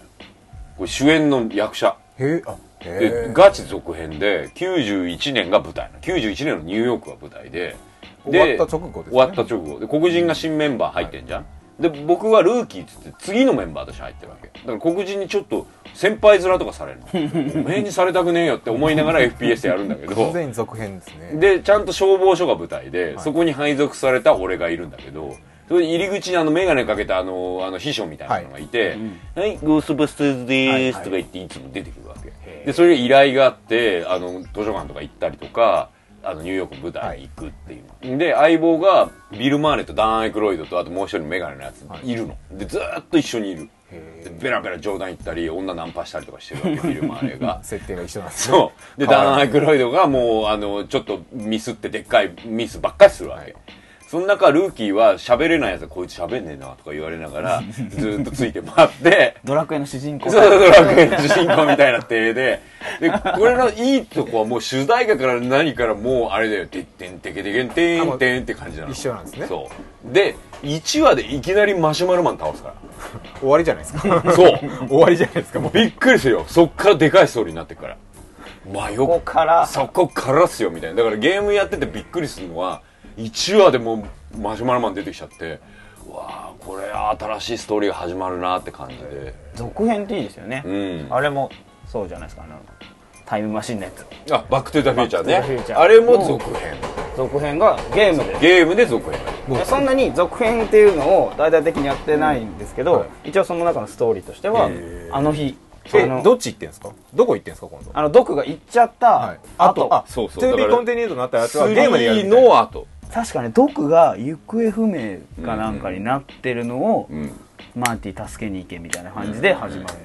これ主演の役者へえあへでえガチ続編で91年が舞台なの91年のニューヨークが舞台で終わった直後ですね終わった直後で黒人が新メンバー入ってんじゃん、で僕はルーキーっつって次のメンバーとして入ってるわけだから黒人にちょっと先輩面とかされる のおめえにされたくねえよって思いながら FPS でやるんだけ完ど全に続編ですねでちゃんと消防署が舞台で、そこに配属された俺がいるんだけどそれで入り口にあの眼鏡かけたあのあの秘書みたいなのがいて「はい、ゴーストバスターズでーす」とか言っていつも出てくるわけ、へーでそれが依頼があってあの図書館とか行ったりとかあのニューヨークの舞台に行くっていう、で相棒がビル・マーレとダン・アイクロイドとあともう一人眼鏡のやついるの、でずーっと一緒にいるへでベラベラ冗談言ったり女ナンパしたりとかしてるわけビル・マーレが設定が一緒なんですねそう。で、かわいいダン・アイクロイドがもう、あの、ちょっとミスってでっかいミスばっかりするわけ。その中、ルーキーは喋れないやつはこいつ喋んねえなとか言われなが ら、ずーっとついて回って、ドラクエの主人公そうドラクエの主人公みたいな体で。で、これのいいとこはもう主題歌から何からもうあれだよ。てってんてけてけんてんてんって感じなの。一緒なんですねそう。で、1話でいきなりマシュマロマン倒すか終わりじゃないで すから。そう。終わりじゃないですかもうびっくりするよ。そっからでかいストーリーになってくから。真ここ横からそこからっすよみたいなだからゲームやっててびっくりするのは1話でもうマシュマロマン出てきちゃってうわあこれ新しいストーリーが始まるなって感じで続編っていいですよね、うんあれもそうじゃないですかあのタイムマシンのやつあバック・トゥ・ザ・フューチャーバックトゥザフューチねャーあれも続編続編がゲームですゲームで続編もうそんなに続編っていうのを大々的にやってないんですけど、一応その中のストーリーとしては、へーあの日あえのどっち行ってんですかどこ行ってんですか今度あの毒が行っちゃった、はいああととあそうそうトゥービだかーらコンティニューとなったやつはゲームでやる3みたいなの後確かね毒が行方不明かなんかになってるのを、うんマーティ助けに行けみたいな感じで始まる、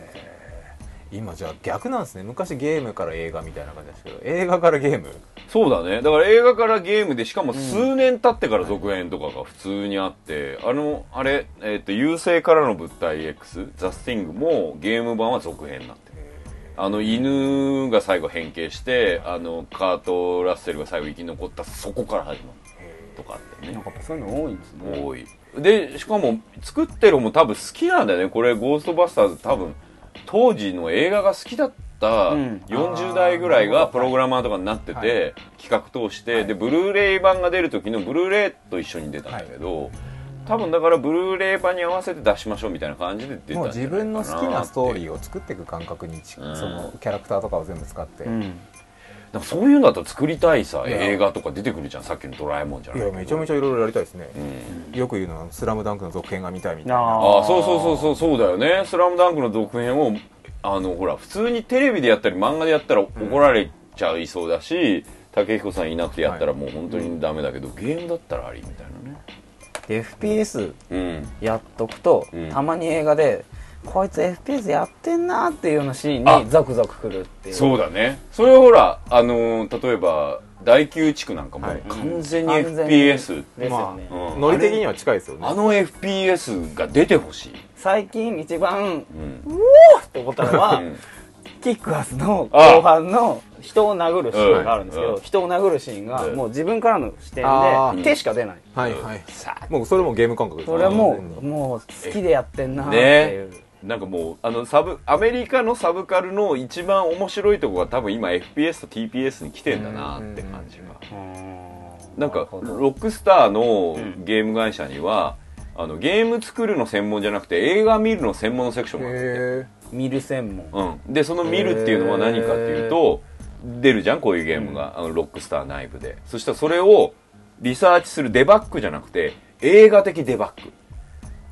今じゃあ逆なんですね昔ゲームから映画みたいな感じなんですけど映画からゲームそうだねだから映画からゲームでしかも数年経ってから続編とかが普通にあって、あのあれ、えっと優勢からの物体 X「ザ・スティング」もゲーム版は続編になってるあの犬が最後変形してあのカート・ラッセルが最後生き残ったそこから始まるとかあってねなんかそういうの多いんですね多いでしかも作ってる方も多分好きなんだよねこれ「ゴーストバスターズ」多分当時の映画が好きだったうん40代ぐらいがプログラマーとかになってて企画通してでブルーレイ版が出る時のブルーレイと一緒に出たんだけど多分だからブルーレイ版に合わせて出しましょうみたいな感じで出たんじゃなもういかな自分の好きなストーリーーを作っていく感覚に近い、うんそのキャラクターとかを全部使って、うんそういうのだったら作りたいさいや映画とか出てくるじゃんさっきの「ドラえもん」じゃいないやめちゃめちゃいろいろやりたいですね、うんよく言うのは「スラムダンクの続編が見たいみたいあなああそうそうそうそうそうだよね「スラムダンクの続編をあのほら普通にテレビでやったり漫画でやったら怒られちゃいそうだし、武彦さんいなくてやったらもう本当にダメだけど、ゲームだったらありみたいなねで FPS うんやっとくと、うんたまに映画でこいつ FPS やってんなっていうようなシーあンにザクザクくるっていうそうだねそれはほらあのー例えば第9地区なんかもう完全に完全に FPS、ですよね、まあうんノリ的には近いですよねあの FPS が出てほしい、最近一番うんって思ったのは、うんキックアスのああ後半の人を殴るシーンがあるんですけうどん人を殴るシーンがうんもう自分からの視点ああで手しか出ないはいはいさあもうそれもゲーム感覚ですそれはも完全うにもう好きでやってんなっていう、なんかもうあのサブアメリカのサブカルの一番面白いとこが多分今 FPS と TPS に来てんだなって感じがうーんなんるかほロどックスターのゲーム会社には、あのゲーム作るの専門じゃなくて映画見るの専門のセクションがあるへ見る専門うん、でその見るっていうのは何かっていうと出るじゃんこういうゲームが、あのロックスター内部でそしたらそれをリサーチするデバッグじゃなくて映画的デバッグ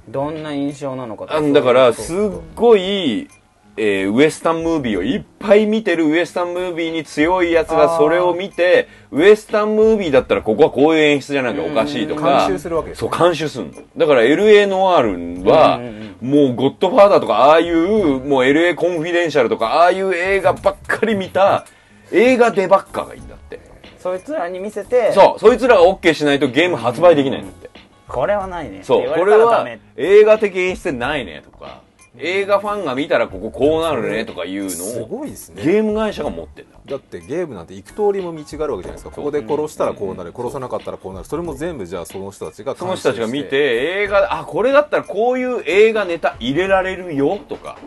どんな印象なのかとあだからすっそうごいえーウエスタンムービーをいっぱい見てるウエスタンムービーに強いやつがそれを見てウエスタンムービーだったらここはこういう演出じゃなきゃおかしいとか監修するわけですそうね監修すんのだから LA ノワールはうんもう「ゴッドファーダー」とかああいうもう LA コンフィデンシャルとかああいう映画ばっかり見た映画デバッカーがいいんだってそいつらに見せてそうそいつらが OK しないとゲーム発売できないんだってこれはないねそうってこ言れわれたらダはメ映画的演出でないねとか映画ファンが見たらこここうなるねとかいうすのをごいですねゲーム会社が持ってんだだってゲームなんて幾通りも道があるわけじゃないですかここで殺したらこうなる殺さなかったらこうなるそれも全部じゃあその人たちがそ監の修して人たちが見て映画あこれだったらこういう映画ネタ入れられるよとか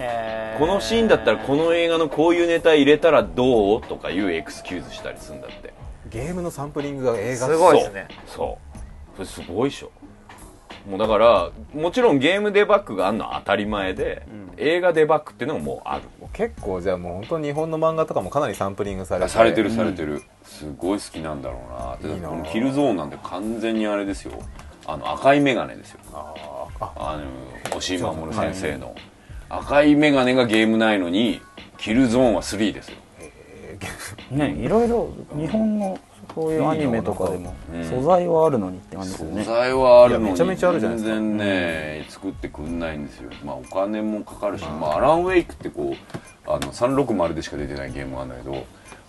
へーこのシーンだったらこの映画のこういうネタ入れたらどうとかいうエクスキューズしたりするんだってゲームのサンプリングが映画すごいですねそうそうそれすごいでしょもうだからもちろんゲームデバッグがあるのは当たり前で、映画デバッグっていうのももうある結構じゃあもう本当に日本の漫画とかもかなりサンプリングされてされてるされてる、すごい好きなんだろうなっていいなこのキルゾーンなんて完全にあれですよあの赤い眼鏡ですよあーああの押井守先生の、赤い眼鏡がゲームないのにキルゾーンは3ですよ、ねいろいろ日本のそういうアニメとかでもうん素材はあるのにって感じですよ素ね材はあるのいにやめちゃめちゃあるじゃない全ですか然ね、作ってくんないんですよまあお金もかかるし、まあ、アラン・ウェイクってこうあの360でしか出てないゲームがあるんだけど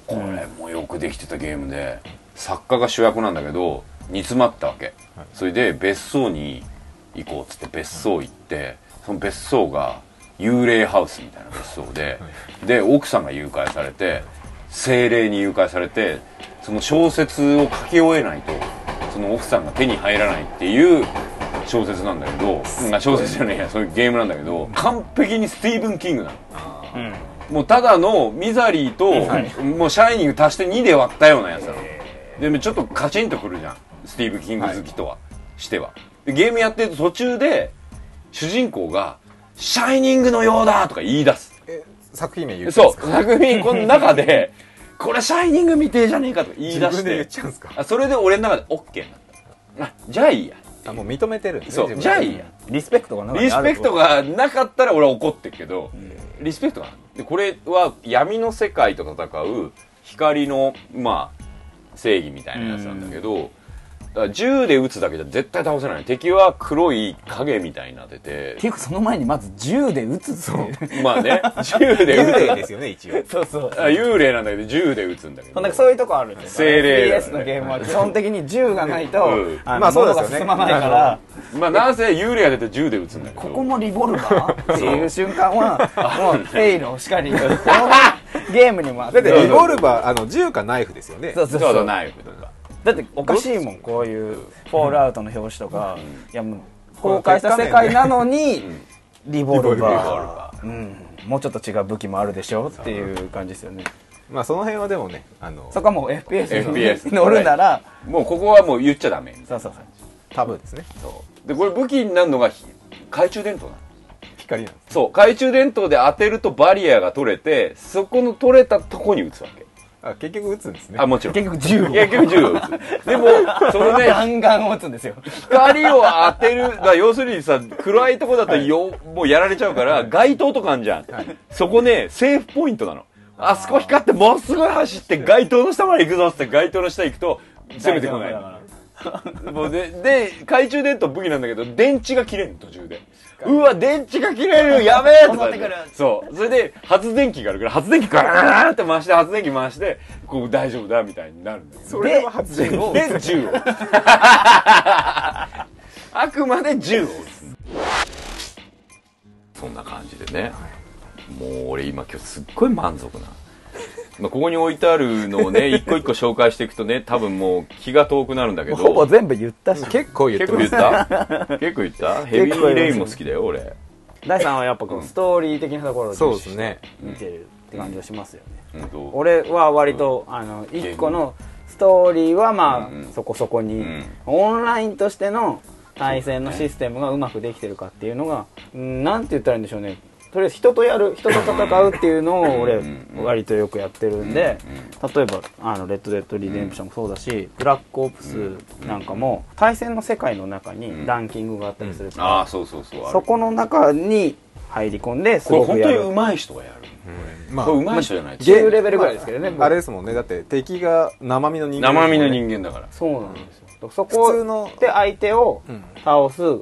これもよくできてたゲームで作家が主役なんだけど煮詰まったわけ、それで別荘に行こうっつって別荘行ってその別荘が幽霊ハウスみたいな別荘で、で奥さんが誘拐されて精霊に誘拐されてその小説を書き終えないとその奥さんが手に入らないっていう小説なんだけど、まあ、小説じゃないやそういうゲームなんだけど完璧にスティーブン・キングなのうんもうただのミザリーと、もうシャイニング足して2で割ったようなやつなの、でもちょっとカチンとくるじゃんスティーブ・キング好きとは、してはでゲームやってると途中で主人公が「シャイニングのようだ!」とか言い出すえ作品名言うそうう作品この中で「これシャイニングみてえじゃねえか」とか言い自出し分で言ってちゃうんですかあそれで俺の中で OK になったあじゃあいいやあもう認めてるんですねそう自分でじゃあいいやリスペクトがなリスペクトがなかったら俺は怒ってるけど、リスペクトがあるでこれは闇の世界と戦う光のまあ正義みたいなやつなんだけど、だから銃で撃つだけじゃ絶対倒せない敵は黒い影みたいになってて結構その前にまず銃で撃つっていうまあね銃で撃幽霊でつすよね一応そうそうあ幽霊なんだけど銃で撃つんだけどなんかそういうとこあるんです精霊だね 3DS のゲームは基本的に銃がないと、うんあのまあそうですよね物が進まないからまあなぜ幽霊が出て銃で撃つんだけどここもリボルバーっていう瞬間はもうフェイルをしかりこのゲームにもあっだてってリボルバーあの銃かナイフですよねそうそそううそだうナイフとかだっておかしいもんこういう「フォールアウト」の表紙とか、いやもう公開した世界なのに、リボルリボルババー、うん、もうちょっと違う武器もあるでしょっていう感じですよねまあその辺はでもねあのそこはもう FPS に FPS 乗るならもうここはもう言っちゃダメそうそうそうタブーですねそうでこれ武器になるのが懐中電灯なの光なんですそう懐中電灯で当てるとバリアが取れてそこの取れたとこに撃つわけあ結局撃つんですねあもちろん結局銃を結局銃を撃つでもそのねガンガン撃つんですよ光を当てるだから要するにさ暗いとこだとよ、もうやられちゃうから街灯とかあんじゃん、そこねセーフポイントなのあそこ光ってもうすごい走って街灯の下まで行くぞっつって街灯の下行くと攻めてこないだからもうでで懐中電灯武器なんだけど電池が切れる途中でうわ電池が切れるやべえとか戻ってくるそうそれで発電機があるから発電機ガーって回して発電機回してこう大丈夫だみたいになるんだよそれは発電をで銃を あくまで銃を撃つそんな感じでねもう俺今今日すっごい満足なまあここに置いてあるの をね一個一個紹介していくとね多分もう気が遠くなるんだけどほぼ全部言ったし結構言って結構ま言っす た結構言ったヘビ結構ーレイ言いますンも好きだよ俺第3はやっぱこのストーリー的なところをそうで重す視してね見てるって感じがしますよねうんと俺は割と、あの1個のストーリーはまあ、そこそこに、んオンラインとしての対戦のシステムがうまくできてるかっていうのが、うんなんて言ったらいいんでしょうねとりあえず人とやる人と戦うっていうのを俺うん割とよくやってるんで例えばあの「レッド・デッド・リデンプション」もそうだし「ブラック・オプス」なんかも対戦の世界の中にランキングがあったりするあかあそうそうそうあらるそこの中に入り込んですこれごく本や当にる上手い人がやるまあこれ上手い人じゃないとゲームレベルぐらいですけどねあれですもんねだって敵が生身の人間ですも生んね身の人間だからそうなんですよそ普通こので相手をん倒す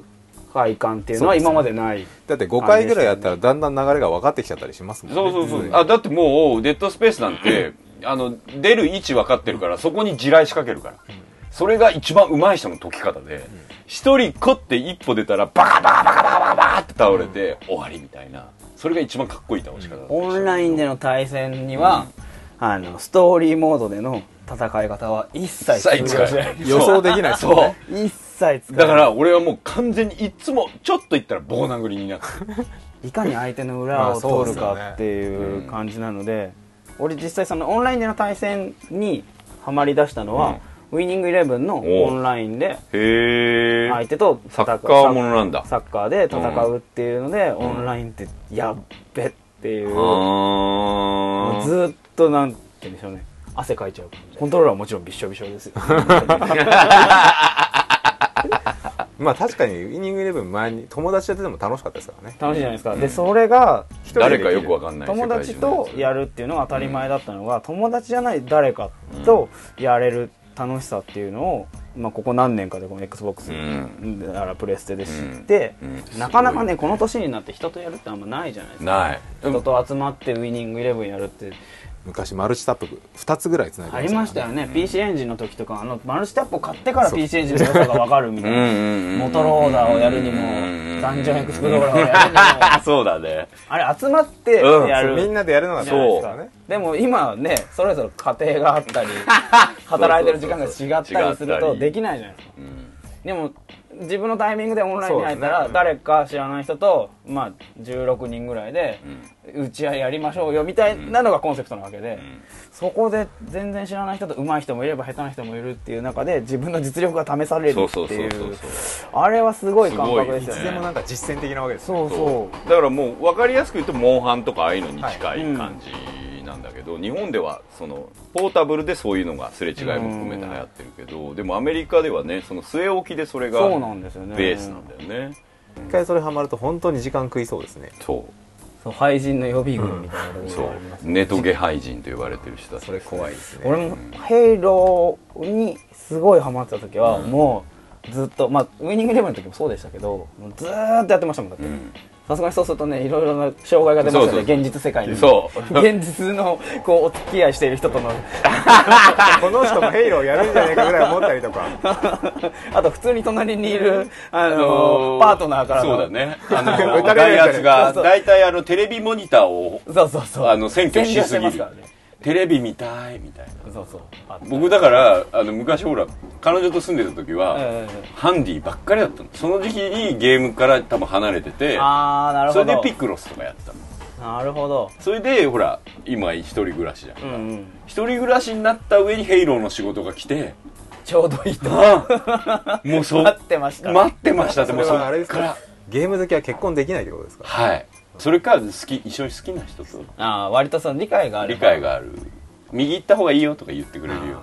快感っていうのは今までないだって5回ぐらいやったらだんだん流れが分かってきちゃったりしますもんねそうそうそう、あだってもうデッドスペースなんてあの出る位置分かってるからそこに地雷仕掛けるから、それが一番上手い人の解き方で一、人こって一歩出たらバカバカバカバカバカって倒れて、終わりみたいなそれが一番かっこいい倒し方だったオンラインでの対戦には、あのストーリーモードでの戦い方は一切最通用し近ない予想できないですもんね一切使だかわないら俺はもう完全にいつもちょっと言ったら棒殴りになっていかに相手の裏まあをそう通でするよねかっていう感じなので、俺実際そのオンラインでの対戦にはまりだしたのは、ウイニングイレブンのオンラインでへえ、相手とサ戦ッうカーものなんだサッカーで戦うっていうので、オンラインってやっべっていう、もうずあーっとなんて言うんでしょうね汗かいちゃう感じコントローラーはもちろんびっしょびしょですよまあ確かにウイニングイレブン前に友達とやってても楽しかったですからね楽しいじゃないですか、でそれが一人でで誰きるかよくわかんない友達とやるるっていうのが当たり前だったのが、友達じゃない誰かとやれる楽しさっていうのを、まあ、ここ何年かでこの XBOX うんだからプレステで知って、うんうんなかなかすごいねねこの年になって人とやるってあんまないじゃないですかない人と集まってウイニングイレブンやるって昔マルチタップ2つぐらいつなあいでりましたよね、PC エンジンの時とかあのマルチタップを買ってから PC エンジンの良さが分かるみたいなモモトローダーをやるにもダンジョンエクスプローラーをやるに もそうだねあれ集まってやる、みんなでやるのがそう楽しいですからねでも今ねそれぞれ家庭があった り働いてる時間が違ったりする違ったとりできないじゃないですかうんでも自分のタイミングでオンラインに入ったそうらですね誰か知らない人と、まあ、16人ぐらいで打ち合いやりましょうよみたいなのがコンセプトなわけで、そこで全然知らない人と上手い人もいれば下手な人もいるっていう中で自分の実力が試されるそうってそうそいうそううそうあれはすごい感覚ですよすごいいつでねもねなんか実践的なわけですよそうそうだからもう分かりやすく言うとモンハンとかああいうのに近い感じなんだけど、日本ではそのポータブルでそういうのがすれ違いも含めて流行ってるけどでもアメリカではねその据え置きでそれがそうなんですよねベースなんだよね一回それハマると本当に時間食いそうですねそうそう廃人の予備軍みたいなところそがうありますネトゲ廃人と呼ばれてる人たちそれ怖いですね俺も「ヘイロー」にすごいハマってた時は、もうずっとまあウイニングイレブンの時もそうでしたけどもうずーっとやってましたもんだってんさすがにそうするとねいろいろな障害が出ますよそうねそう現実世界にそう 現実のこうお付き合いしている人との この人もヘイローやるんじゃないかぐらい思ったりとかあと普通に隣にいる、あのあのパートナーからのそうだねあの 撃たれ外るやつね圧がそうそう大体あのテレビモニターをそうそうそうあの占拠しす占ぎ領てまするからねテレビ見たいみたいなそうそうあ僕だからあの昔ほら彼女と住んでた時は、ええハンディばっかりだったのその時期にゲームから多分離れててあーなるそほれでどピクロスとかやってたのなるほどそれでほら今一人暮らしじゃんうんうん一人暮らしになった上にヘイローの仕事が来 てちょうどいいとああもうそ 待ってました待ってましたってそもれうそはあれでっすかからゲーム好きは結婚できないってことですかはいそれか好き一緒に好きな人とああ割とその理解がある理解がある右行った方がいいよとか言ってくれるよ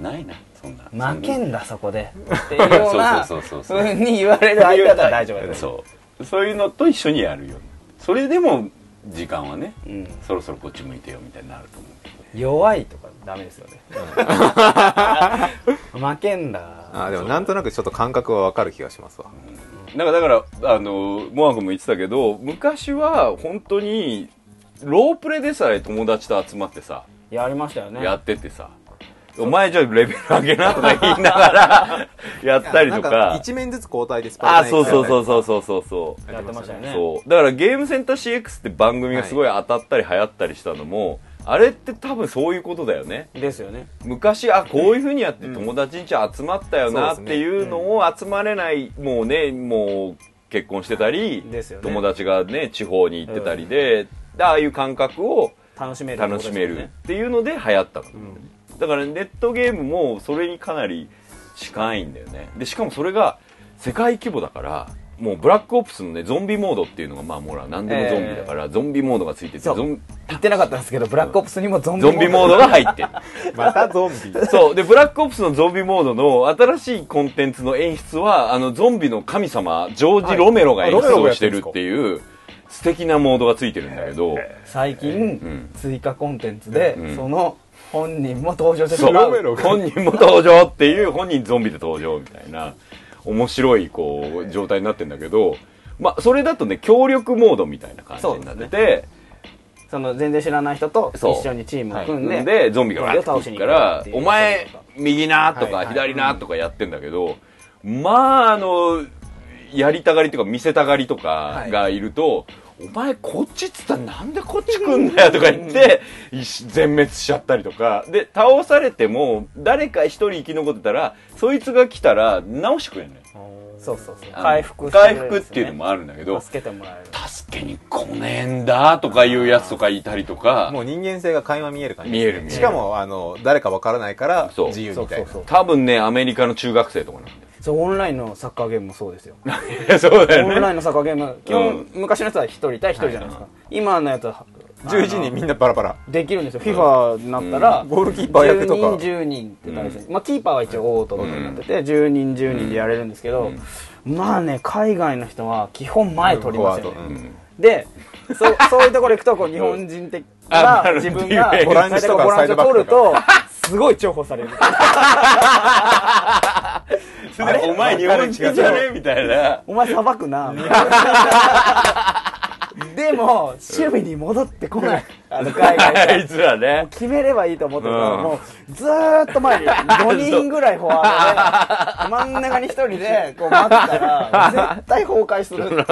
ないなそんな負けそんなんだそこでっていうよう なそうそうそうそうふそううに言われる相手だったら大丈夫だと思そうそういうのと一緒にやるよそれでも時間はね、う、うん、そろそろこっち向いてよみたいになると思う弱いとかダメですよ ね負けんだあーでもなんとなくちょっと感覚はわかる気がしますわなんかだからあのモア君も言ってたけど昔は本当にロープレでさえ友達と集まってさ、やりましたよねやっててさお前じゃレベル上げなとか言いながら やったりといやなんか一面ずつ交代でスあパあルタンそうそうそううそうそうそうそうやってましたよねそうだからゲームセンター CX って番組がすごい当たったり流行ったりしたのも、あれって多分そういうことだよねですよね昔あこういうふうにやって友達んち集まったよなっそうでてすねいうのを集まれない、もうねもう結婚してたり、ですよね友達がね地方に行ってたりで,、でああいう感覚を楽しめる楽しめってるっていうので流行ったの、だからネットゲームもそれにかなり近いんだよねでしかもそれが世界規模だからもうブラックオプスのねゾンビモードっていうのがまあもうほら何でもゾンビだから、ゾンビモードがついててそうゾン言ってなかったんですけどブラックオプスにもゾンビゾンビモードが入ってる またゾンビそうでブラックオプスのゾンビモードの新しいコンテンツの演出はあのゾンビの神様ジョージ・ロメロがはい演あロメ出ロがをやっしててるるんですかっていう素敵なモードがついてるんだけど最近、ん追加コンテンツで、うんその本人も登場してしそうまロメうロが本人も登場っていう本人ゾンビで登場みたいな面白いこう状態になってんだけどまあそれだとね協力モードみたいな感じになっててその全然知らない人とそう一緒にチームをはい組んで,、でゾンビがわーって倒来しにる行かくかららってい「うお前右な」とはいか「はい左な」とかやってんだけどまああのやりたがりとか見せたがりとかがいると「お前こっちっつったらなんでこっち来んだよ」とか言っていし全滅しちゃったりとかで倒されても誰か一人生き残ってたらそいつが来たら直してくれるのよそうそうそうあの回復してくれ回るん復でっすよねていうのもあるんだけど助けてもらえる助けに来ねえんだとかいうやつとかいたりとかもう人間性が垣間見える感じ見える見えるしかもあの誰かわからないからそう自由みたいなそうそう多分ねアメリカの中学生とかなんだよそうオンラインのサッカーゲームもそ うですよいや そうだオンよライねンのサッカーゲーム基本、うん昔のやつは1人対1人じゃないですか、今のやつは11人みんなバラバラできるんですよ FIFA になったら、ゴールキーパー役とか10人10人って対戦、まあキーパーは一応オートとかになってて、10人10人でやれるんですけど、まあね海外の人は基本前取りますよね、フォワードうんでそそういうところ行くとこう日本人的なあなる自分がボランチとかボランチを取るとすごい重宝されるそれでお前日本人じゃねみたいなお前さばくなでも守備に戻ってこないあの海外 あからいつらね決めればいいと思ってたら、うんもうずーっと前に5人ぐらいフォワードで真ん中に1人でこう待ってたら絶対崩壊するっていう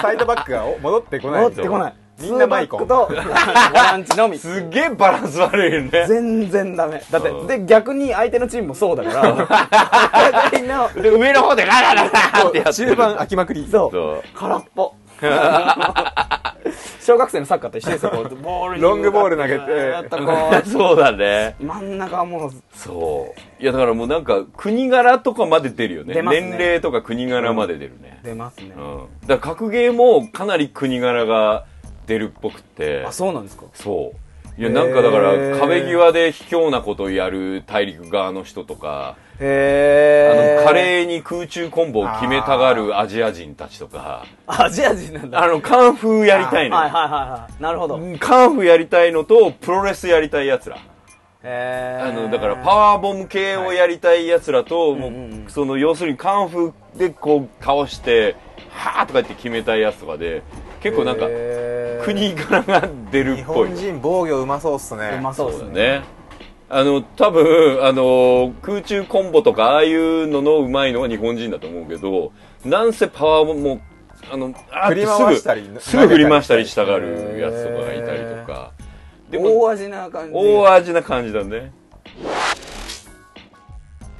サイドバックがお戻ってこない戻ってこないみんなマイコンツーバックとボランチのみすっげえバランス悪いよね全然ダメだって、うんで逆に相手のチームもそうだからお互いので上の方でガラガラガラってやって中る盤飽きまくりそうそう空っぽ 小学生のサッカーと一緒ですよこうボールにロングボール投げてずーっとこそう だねう真ん中はもうそういやだからもうなんか国柄とかまで出るよね出ますね年齢とか国柄まで出るね、出ますね、うんだから格ゲーもかなり国柄が出るっぽくってあそうなんですかそういやなんかだからへー壁際で卑怯なことをやる大陸側の人とかへあえの華麗に空中コンボを決めたがるアジア人たちとかアジア人なんだあのカンフーやりたいはいのはいはいはいなるほどへうんカンフーやりたいのとプロレスやりたいやつらえあのだからパワーボム系をやりたいやつらと、もううんうんうんその要するにカンフーでこう倒してはーとか言って決めたいやつとかで結構なんか国柄が出る日っぽい本人防御うまそうっすねうまそうですそうねだねあの多分あの空中コンボとかああいうののうまいのは日本人だと思うけどなんせパワーももうあのあー振り回したりすぐすぐ振り回したりしたがるやつとかがいたりとかでも大味な感じ大味な感じだね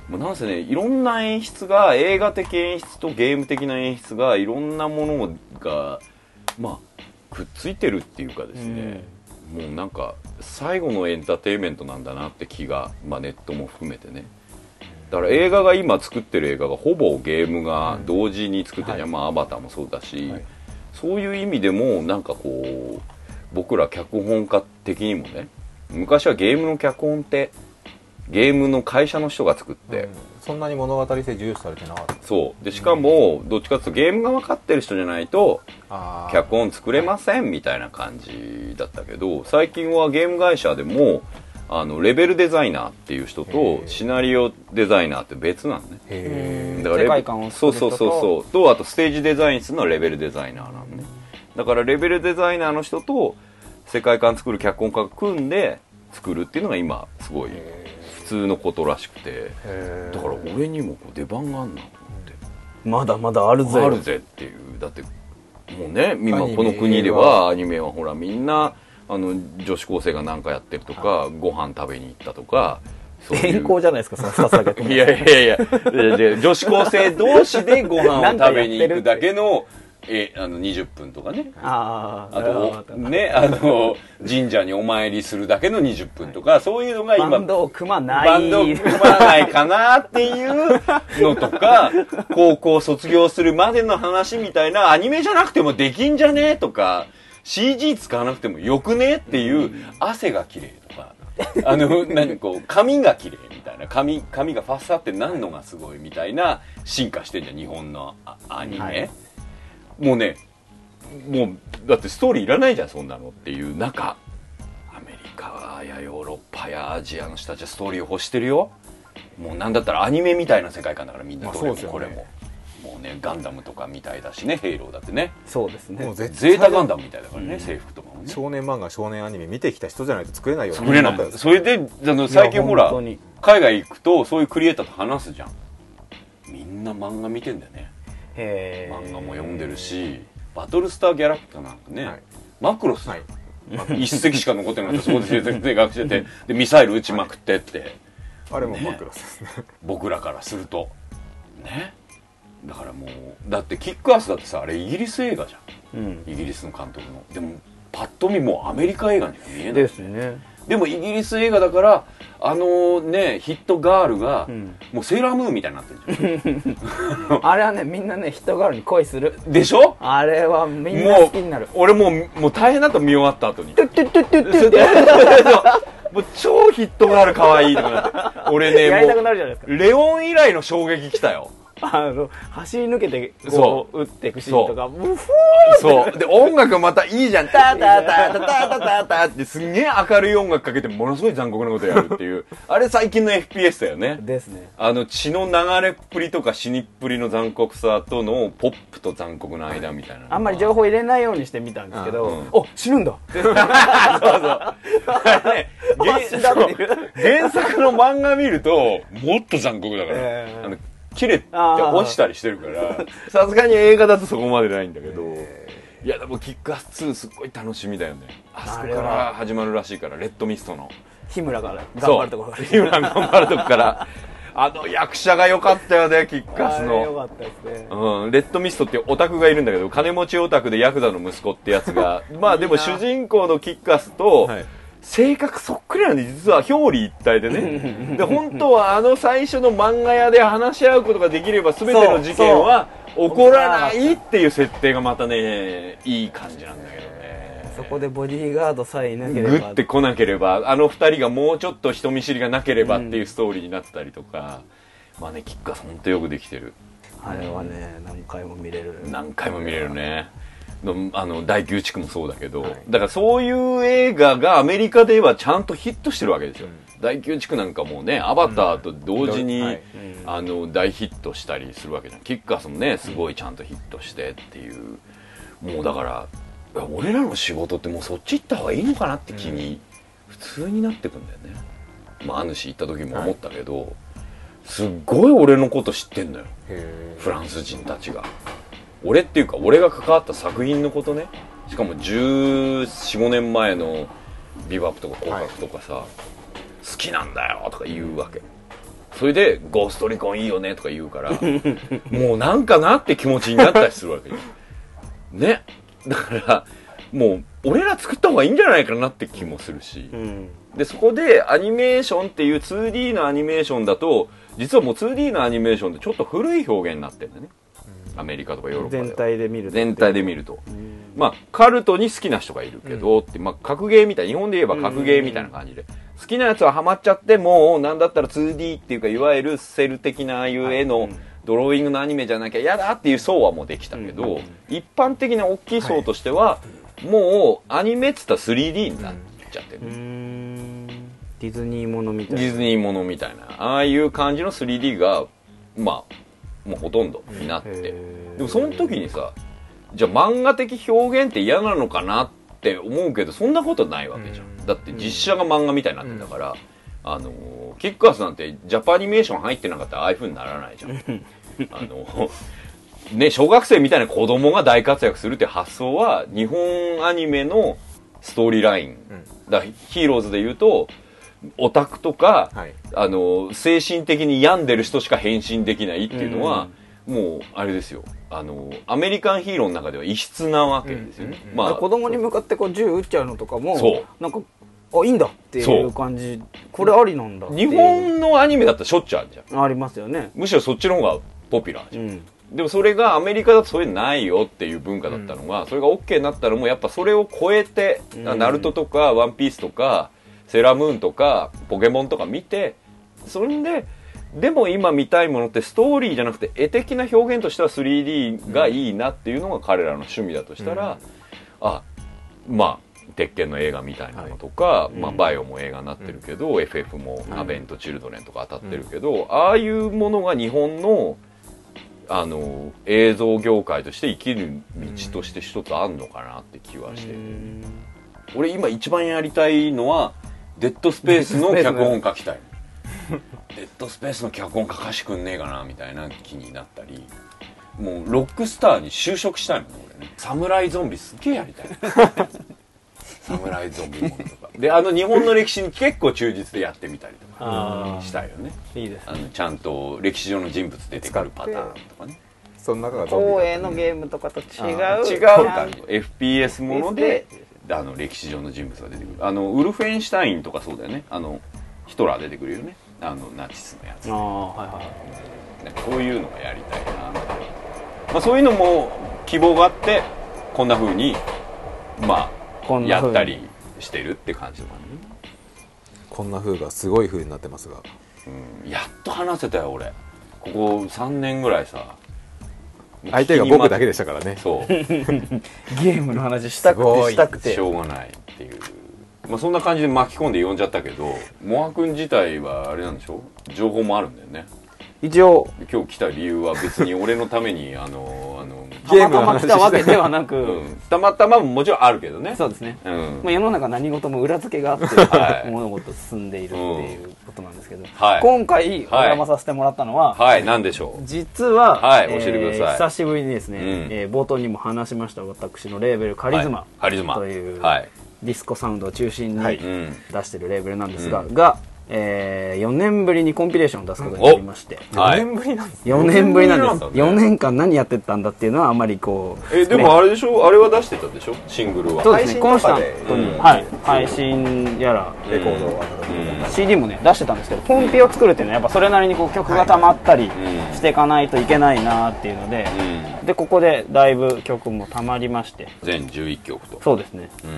もうなんせねいろんな演出が映画的演出とゲーム的な演出がいろんなものがまあくっついてるっていうかですね、もうなんか最後のエンターテインメントなんだなって気が、まあ、ネットも含めてねだから映画が今作ってる映画がほぼゲームが同時に作ってるじゃん、まあ、アバターもそうだし、はいそういう意味でもなんかこう僕ら脚本家的にもね昔はゲームの脚本ってゲームの会社の人が作って、うんそんなに物語性重視されてなかったそうでしかもどっちかっていうとゲームが分かってる人じゃないとあー脚本作れませんみたいな感じだったけど最近はゲーム会社でもあのレベルデザイナーっていう人とへーシナリオデザイナーって別なのねへだからレベ世界観をそ作うる人そうとそうそうとあとステージデザインするのはレベルデザイナーなのねだからレベルデザイナーの人と世界観作る脚本家が組んで作るっていうのが今すごい普通のことらしくてえだから俺にもこう出番があんなと思ってまだまだあるぜあるぜっていうだってもうね今アニメこの国ではアニメはほらみんなあの女子高生が何かやってるとかご飯食べに行ったとかそういう健康じゃないですかその2つだけいやいやいやでで女子高生同士でご飯を食べに行くだけのえあの20分とかねあああなるほとどねあの神社にお参りするだけの20分とか、そういうのが今バンドを組まないバンド組まないかなっていうのと か高校卒業するまでの話みたいなアニメじゃなくてもできんじゃねえとか CG 使わなくてもよくねっていう汗が綺麗とか。あの 何こう髪が綺麗みたいな髪髪がファッサってなんのがすごいみたいな進化してんじゃん日本のあアニメ、はいもうねもうだってストーリーいらないじゃんそんなのっていう中アメリカやヨーロッパやアジアの人たちはストーリーを欲してるよもうなんだったらアニメみたいな世界観だからみんなまあどれもそうですよねこれも、もうねガンダムとかみたいだしねヘイローだってねそうですねもう絶対ゼータガンダムみたいだからね、制服とかもね少年漫画少年アニメ見てきた人じゃないと作れないような作れなものだっいたんですそれであの最近ほら本当に海外行くとそういうクリエイターと話すじゃんみんな漫画見てんだよねへー漫画も読んでるし「バトルスター・ギャラクタ」なんかね、はいマクロス、はい一席しか残ってなかったそこで全学しててでミサイル撃ちまくってって、あれもマクロスですね僕らからするとねだからもうだってキックアスだってさあれイギリス映画じゃうんんイギリスの監督のでもパッと見もうアメリカ映画には見えないですねでもイギリス映画だからあのねヒットガールが、んもうセーラームーンみたいになってるじあれはねみんなね人があるに恋するゃんでしょあれはみんもな好うきになる俺もうもう大変だと見終わった後にトゥットゥットゥットゥットゥそッうそうもう超ヒットガール可愛いとかなって俺ねやりたくもなるじゃないですかうレオン以来の衝撃来たよあの走り抜けてこう打っていくシーンとかうふそうで音楽またいいじゃんタタタタタタタタってすんげえ明るい音楽かけてものすごい残酷なことやるっていうあれ最近の FPS だよねーですねあの血の流れっぷりとか死にっぷりの残酷さとのポップと残酷の間みたいなのがあんまり情報入れないようにしてみたんですけど、お死ぬんだ ね原死んだっていう原作の漫画見るともっと残酷だから、ええあの切れて落ちたりしてるから さすがに映画だとそこまでないんだけど、いやでもキックアス2すっごい楽しみだよねあそこから始まるらしいからレッドミストの日村が頑張るところそう日村が頑張るとこからあの役者が良かったよねキックアあスれのよかったですねうん、レッドミストっていうオタクがいるんだけど金持ちオタクでヤクザの息子ってやつがまあでも主人公のキッカスとはい性格そっくりなのに実は表裏一体でねで本当はあの最初の漫画屋で話し合うことができれば全ての事件は起こらないっていう設定がまたねいい感じなんだけどねそこでボディーガードさえいなければグッて来なければあの二人がもうちょっと人見知りがなければっていうストーリーになってたりとか、まあねキッカス本当よくできてる。あれはね何回も見れる何回も見れるねのあの第9地区もそうだけど、だからそういう映画がアメリカではちゃんとヒットしてるわけですよ、第9地区なんかもうねアバターと同時に、うんはいあの大ヒットしたりするわけじゃんキッカースもねすごいちゃんとヒットしてっていうもうだからいや俺らの仕事ってもうそっち行った方がいいのかなって気に、普通になってくんだよねまああ主行った時も思ったけど、すっごい俺のこと知ってんのよへフランス人たちが俺っていうか俺が関わった作品のことねしかも1415年前の「ビバップとか「紅白」とかさ、好きなんだよとか言うわけそれで「ゴーストリコンいいよね」とか言うからもうなんかなって気持ちになったりするわけよねだからもう俺ら作った方がいいんじゃないかなって気もするし、うんでそこでアニメーションっていう 2D のアニメーションだと実はもう 2D のアニメーションってちょっと古い表現になってるんだねアメリカとかヨーロッパでは全体で見る全体で見るとまあカルトに好きな人がいるけどって、まあ、格ゲーみたい日本で言えば格ゲーみたいな感じで好きなやつはハマっちゃってもうなんだったら 2D っていうかいわゆるセル的なああいう絵のドローイングのアニメじゃなきゃ嫌だっていう層はもうできたけど一般的な大きい層としてはもうアニメっつったら 3D になっちゃってるうーんディズニーものみたいデなィズニーものみたいなああいう感じの 3D がまあもうほとんどになって、へーでもその時にさじゃあ漫画的表現って嫌なのかなって思うけどそんなことないわけじゃん、うんだって実写が漫画みたいになってんだから、あのーキックアスなんてジャパニメーション入ってなかったらああいう風にならないじゃんあのーね、小学生みたいな子供が大活躍するって発想は日本アニメのストーリーライン、だからヒーローズで言うとオタクとか、はいあの精神的に病んでる人しか変身できないっていうのは、もうあれですよあのアメリカンヒーローの中では異質なわけですよね、まあ子供に向かってこう銃撃っちゃうのとかもそうなんかあいいんだっていそうう感じこれありなんだっていう日本のアニメだったらしょっちゅうあるじゃんありますよねむしろそっちの方がポピュラーじうゃん、んでもそれがアメリカだとそれないよっていう文化だったのが、それが OK になったらもうやっぱそれを超えて、うんナルトとかワンピースとかセーラームーンとかポケモンとか見てそんででも今見たいものってストーリーじゃなくて絵的な表現としては 3D がいいなっていうのが彼らの趣味だとしたら、あまあ鉄拳の映画みたいなのとか、まあ、うんバイオも映画になってるけど、FF も「アベンとチルドレン」とか当たってるけど、ああいうものが日本のあの映像業界として生きる道として一つあんのかなって気はして、俺今一番やりたいのはデッドスペースの脚本書き たいデッドスペースの脚本書かしてくんねえかなみたいな気になったりもうロックスターに就職したいもん俺ね侍ゾンビすっげえや りたい侍ゾンビものとかであの日本の歴史に結構忠実でやってみたりとあかーしたいよねいいですあのちゃんと歴史上の人物出てくるパターンとかねその中がゾンビだ東映のゲームとかと違う違う感感じじ FPS ものであの歴史上の人物が出てくるあのウルフェンシュタインとかそうだよねあのヒトラー出てくるよねあのナチスのやつああはいはいはいなんかこういうのがやりたいな、まあ、そういうのも希望があってこんな風にまこあんやな風にったりしてるって感じだね、こんな風がすごい風になってますがうん、やっと話せたよ俺ここ3年ぐらいさ相手が僕だけでししたからねそうゲームの話したくすてごいしたくてしょうがないっていう、まあ、そんな感じで巻き込んで呼んじゃったけどモハ君自体はあれなんでしょ情報もあるんだよね一応今日来た理由は別に俺のためにあのあの、たまたま来たわけでは なうくん、たまたまももちろんあるけどねそうですねうんまあ、世の中何事も裏付けがあって、はい物事進んでいるっていうことなんですけど、はい今回お邪魔させてもらったのは、はい何でしょう実は、はい教えてください久しぶりにですね、うんえー冒頭にも話しました私のレーベルカリズマ、はいカリズマという、はいディスコサウンドを中心には出いうんしてるレーベルなんですが、うが、え4年ぶりにコンピレーションを出すことになりまして。はい4年ぶりなんですね4年ぶりなんで四年ぶりすなんだね4年間何やってたんだっていうのはあまりこうえでもあれでしょあれは出してたでしょシングルはそうですねコン配スタ信ンとかトでに、うんはい、配信やらレコードをあうん CD もね出してたんですけどコンピを作るっていうのはやっぱそれなりにこう曲がたまったりうんしていかないといけないなっていうので、うんでここでだいぶ曲もたまりまして全11曲とそうですねうん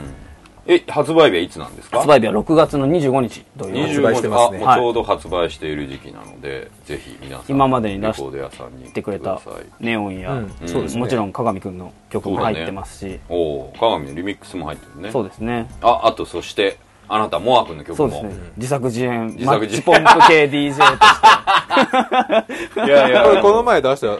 え発売日はいつなんですか発売日は6月の25日という25発売してますねあもうちょうど発売している時期なので、ぜひ皆さん今までに出しレコード屋さんに行言ってくれたネオンや、うんそうですねもちろん鏡くんの曲も入ってますしおおー鏡のリミックスも入ってるねそうですねああとそしてあなたモア君の曲そもうですね自作自演自マ作ッ自チ演ポンプ系 DJ としていやいこれやこの前出した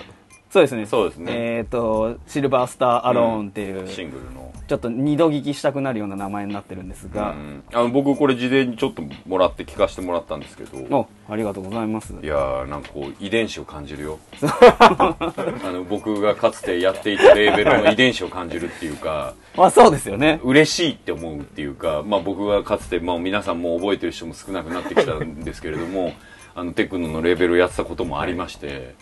そうですねそうですねえっ、と「シルバースター・アローン」っていう、シングルの,、ちょっと二度聞きしたくなるような名前になってるんですうが、ん、あの僕これ事前にちょっともらって聞かせてもらったんですけどおありがとうございますいやーなんかこう遺伝子を感じるよ あの僕がかつてやっていたレーベルの遺伝子を感じるっていうかまあそうですよね嬉しいって思うっていうか、まあ、僕がかつて、まあ、皆さんも覚えてる人も少なくなってきたんですけれども あのテクノのレベルをやってたこともありまして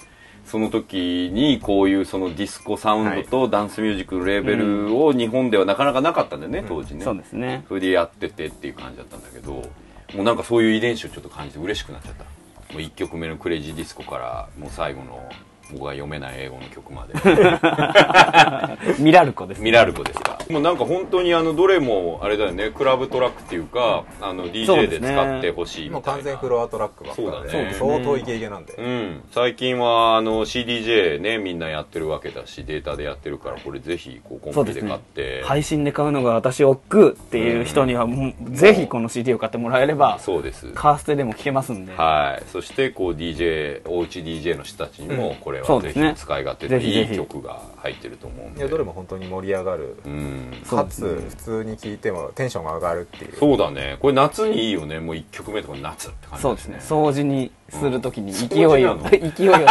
その時にこういうそのディスコサウンドとダンスミュージックのレーベルを日本ではなかなかなかったんだよね、当時ねそうですねそれでやっててっていう感じだったんだけどもうなんかそういう遺伝子をちょっと感じて嬉しくなっちゃったもう1曲目の「クレイジーディスコ」からもう最後の僕が読めない英語の曲までミラルコですねミラルコですかもうなんか本当にあのどれもあれだよねクラブトラックっていうかあのそう DJ ですでね使ってほしいみたもいうな完全フロアトラックばっかそうりだでね相当イケイケなんでうん、最近はあの CDJ ねみんなやってるわけだしデータでやってるからこれぜひこうコそうンビでですね買って、配信で買うのが私億劫っていう人にはもうぜひこの CD を買ってもらえればそうですカーステでも聴けますんではいそしてこう DJ おうち DJ の人たちにもこれそはうでぜすねひ使い勝手ぜでひぜいひい曲が入ってると思うんいでやどれも本当に盛り上がるうんそうかですつね普通に聴いてもテンションが上がるっていうそうだねこれ夏にいいよねもう1曲目とか夏って感じそうですね掃除にするときにそ勢いこをなの勢いを つけるために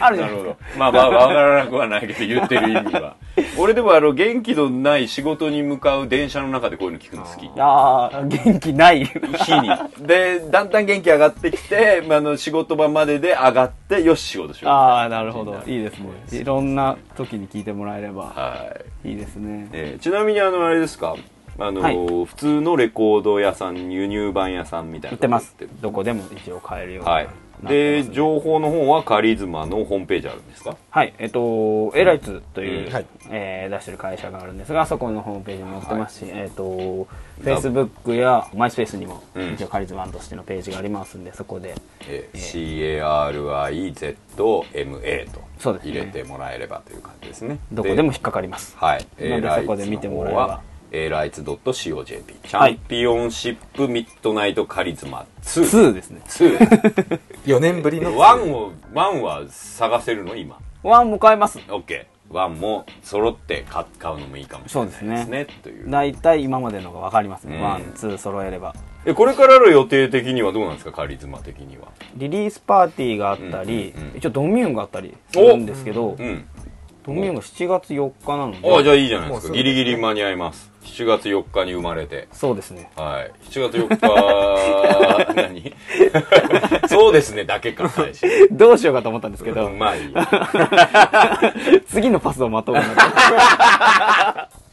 あるじ ゃなないるでほすかど。まあまあ、わからなくはないけど、言ってる意味は。俺でも、あの、元気のない仕事に向かう電車の中でこういうの聞くの好き。ああ元気ない日に。で、だんだん元気上がってきて、まあ、あの、仕事場までで上がって、よし、仕事しよう。ああなるほどいいですねいろんな時に聞いてもらえればはい。いいですねえーちなみに、あの、あれですか。あの、はい普通のレコード屋さん、輸入版屋さんみたいな。売ってますどこでも一応買えるようになはっいてます。ねで、情報の方はカリズマのホームページあるんですかはい、えっと、エライツという、うんはいえー出してる会社があるんですが、そこのホームページに載ってますし、えっと、Facebook や MySpace にも、うん一応カリズマンとしてのページがありますんで、そこで、えー CARIZMA とそうですね入れてもらえればという感じですね。どこでも引っかかります。はい。なんでそこで見てもらえれば A ライツ .co.jp チはャいンピオンシップミッドナイトカリズマ2。 2ですね。 2。 4年ぶりのワンを、ワンは探せるの今。 1も買えます。 OK。ワンも揃って買買うのもいいかもしれないですね。そうですという。大体今までのが分かりますね。うん1、2揃えれば。え、これからの予定的にはどうなんですかカリズマ的には。リリースパーティーがあったり、うんうんうん一応ドミューンがあったりするんですけどう、ん。ドミューンが7月4日なのあじで、ゃあいいじゃないでもうすすかぐギリギリ間に合います7月4日に生まれてそうですね。はい7月4日何そうですねだけか最初どうしようかと思ったんですけど、まあいい次のパスを待とうかなと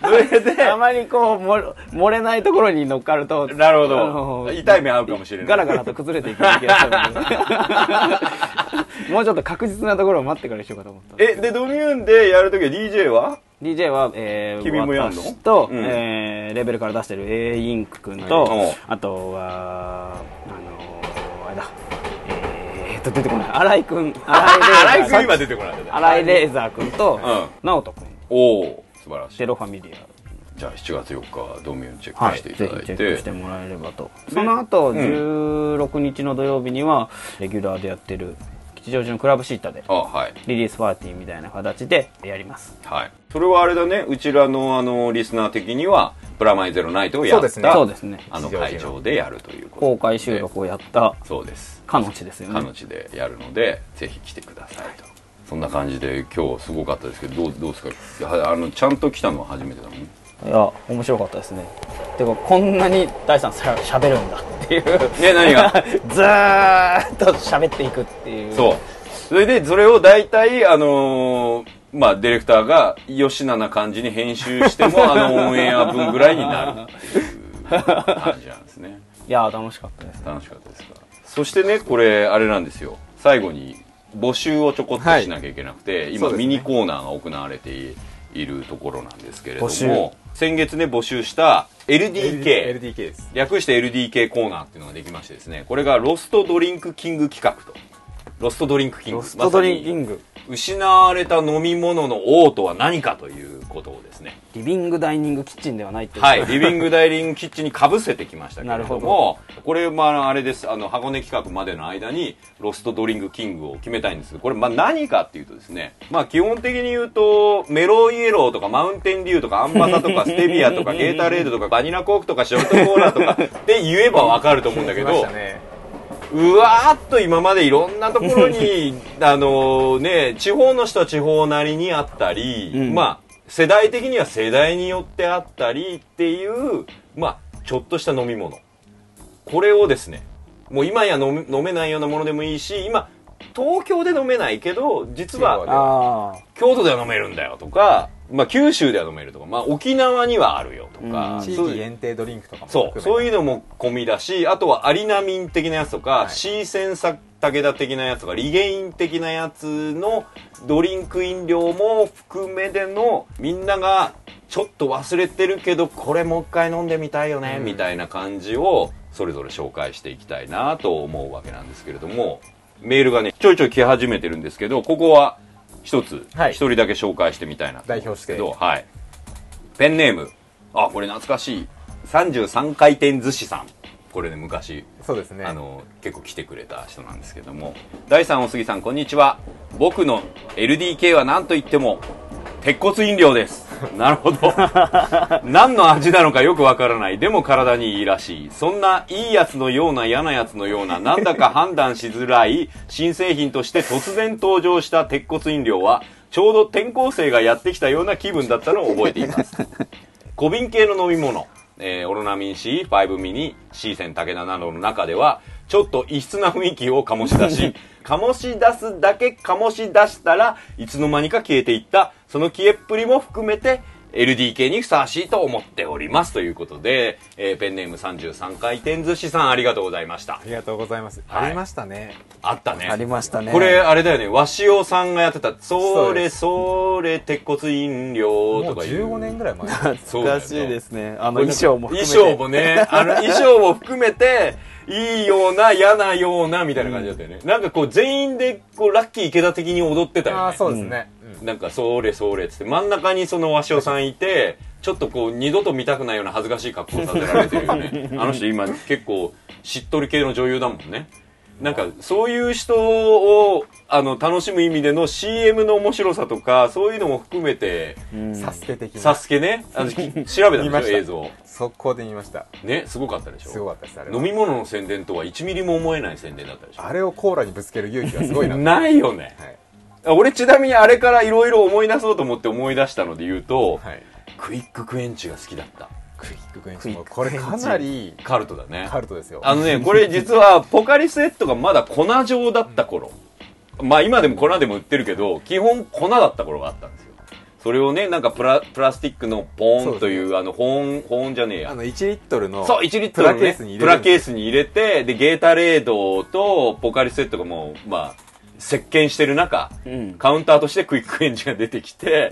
それであまりこう漏漏れないところに乗っかるとなるほあどの痛い目合うかもしれないガラガラと崩れていくだけだったの でもうちょっと確実なところを待ってからにしようかと思ったえでドミューンでやるときは DJ は DJ は、えー、君もやんの私と、うんえーレベルから出してる A インクくんと、はいあとはあのーあれだえーっと出てこない荒井くん荒 井君荒井レーザ今ー出てこない荒井レーザーくんと、う直人くんおお素晴らしテいロファミリアじゃあ7月4日ドミューンチェッはクい、しぜてひいたチェだいッてクしてもらえればとその後16日の土曜日にはレギュラーでやってる吉祥寺のクラブシータであはいリリースパーティーみたいな形でやりますはいそれはあれだねうちらのあのリスナー的にはプラマイゼロナイトをやっそうですねたそうですねあの会場でやるということ公開収録をやったそうです彼の地ですよ彼ねの地でやるのでぜひ来てくださいと、そんな感じで今日すごかったですけどどうどうですかはあのちゃんと来たのは初めてだもんいや面白かったですねてかこんなに大さんさしゃべるんだっていう ね何がずーっと喋っていくっていうそうそれでそれを大体あのーまあディレクターが吉なな感じに編集してもあのオンエア分ぐらいになるっていう感じなんですねいや楽しかったです楽しかったですかそしてねこれあれなんですよ最後に募集をちょこっとしなきゃいけなくて、今、そうですミねニコーナーが行われていいるところなんですけれど募集も先月ね募集した LDK, LDK です略して LDK コーナーっていうのができましてですねこれがロストドリンクキング企画とロストドリンクキングロストドリンキまングさに失われた飲み物の王とは何かということをですねリビングダイニングキッチンではないっていうはい、リビングダイニングキッチンにかぶせてきましたけれどなるもこれ、まあ、あれですあの箱根企画までの間にロストドリンクキングを決めたいんですけどこれ、まあ、何かっていうとですね、まあ、基本的に言うとメロンイエローとかマウンテンデューとかアンバサとかステビアとかゲータレードとかバニラコークとかショルトコーラとかって言えばわかると思うんだけ来ましどた。ねうわーっと今までいろんなところ にあのね地方の人は地方なりにあったり、うんまあ世代的には世代によってあったりっていうまあちょっとした飲み物これをですねもう今や飲め飲めないようなものでもいいし今東京で飲めないけど実地方はでああ京都では飲めるんだよとか、まあ、九州では飲めるとか、まあ、沖縄にはあるよとか、うんそ地う域限定ドリンクとかもそうそういうのも込みだしあとはアリナミン的なやつとか、はいシーセンサ武田的なやつとかリゲイン的なやつのドリンク飲料も含めでのみんながちょっと忘れてるけどこれもう一回飲んでみたいよね、うんみたいな感じをそれぞれ紹介していきたいなと思うわけなんですけれどもメールがねちょいちょい来始めてるんですけどここは一つ一、はい人だけ紹介してみたいなと思うんですけど、はい、ペンネームあこれ懐かしい33回転寿司さんこれね昔そうですねあの結構来てくれた人なんですけども第3お杉さんこんにちは僕の LDK は何と言っても鉄骨飲料ですなるほど何の味なのかよくわからないでも体にいいらしいそんないいやつのような嫌なやつのようななんだか判断しづらい新製品として突然登場した鉄骨飲料はちょうど転校生がやってきたような気分だったのを覚えています小瓶系の飲み物、えーオロナミン C5 ミニ C 線武田などの中ではちょっと異質な雰囲気を醸し出し醸し出すだけ醸し出したらいつの間にか消えていったその消えっぷりも含めて LDK にふさわしいと思っておりますということで、えーペンネーム33回転寿司さんありがとうございましたありがとうございます、はいありましたねあったねありましたねこれあれだよね鷲尾さんがやってた「そそうれでそれ鉄骨飲料」もうとかいう15年ぐらい 前そうだ懐よねかしいですねあの衣装も含めて衣装もねあの衣装も含めていいような嫌なようなみたいな感じだったよね、なんかこう全員でこうラッキー池田的に踊ってたよねああそうですね、うんなんか「それそれ」っつって真ん中にその鷲尾さんいてちょっとこう二度と見たくないような恥ずかしい格好させられてるよねあの人今結構しっとり系の女優だもんねなんかそういう人をあの楽しむ意味での CM の面白さとかそういうのも含めてサスケ「的サなスケねあのき調べたんで見まししょた映像速攻で見ましたねすごかったでしょすごかったですあれは飲み物の宣伝とは1ミリも思えない宣伝だったでしあれをコーラにぶつける勇気がすごいなょとないよねはい俺ちなみにあれからいろいろ思い出そうと思って思い出したので言うと、はいクイッククエンチが好きだったクイッククエンクチイッもクこれかなりカルトだねカルトですよあのねこれ実はポカリスエットがまだ粉状だった頃まあ今でも粉でも売ってるけど基本粉だった頃があったんですよそれをねなんかプラプラスティックのポーンといそううあの保温保温じゃねえやあの1リットルのそう、1リットル、ね、プラケースに入れるプラケースに入れて、で、ゲータレードとポカリスエットがもう、まあ、席巻してる中、うんカウンターとしてクイックエンジンが出てきて、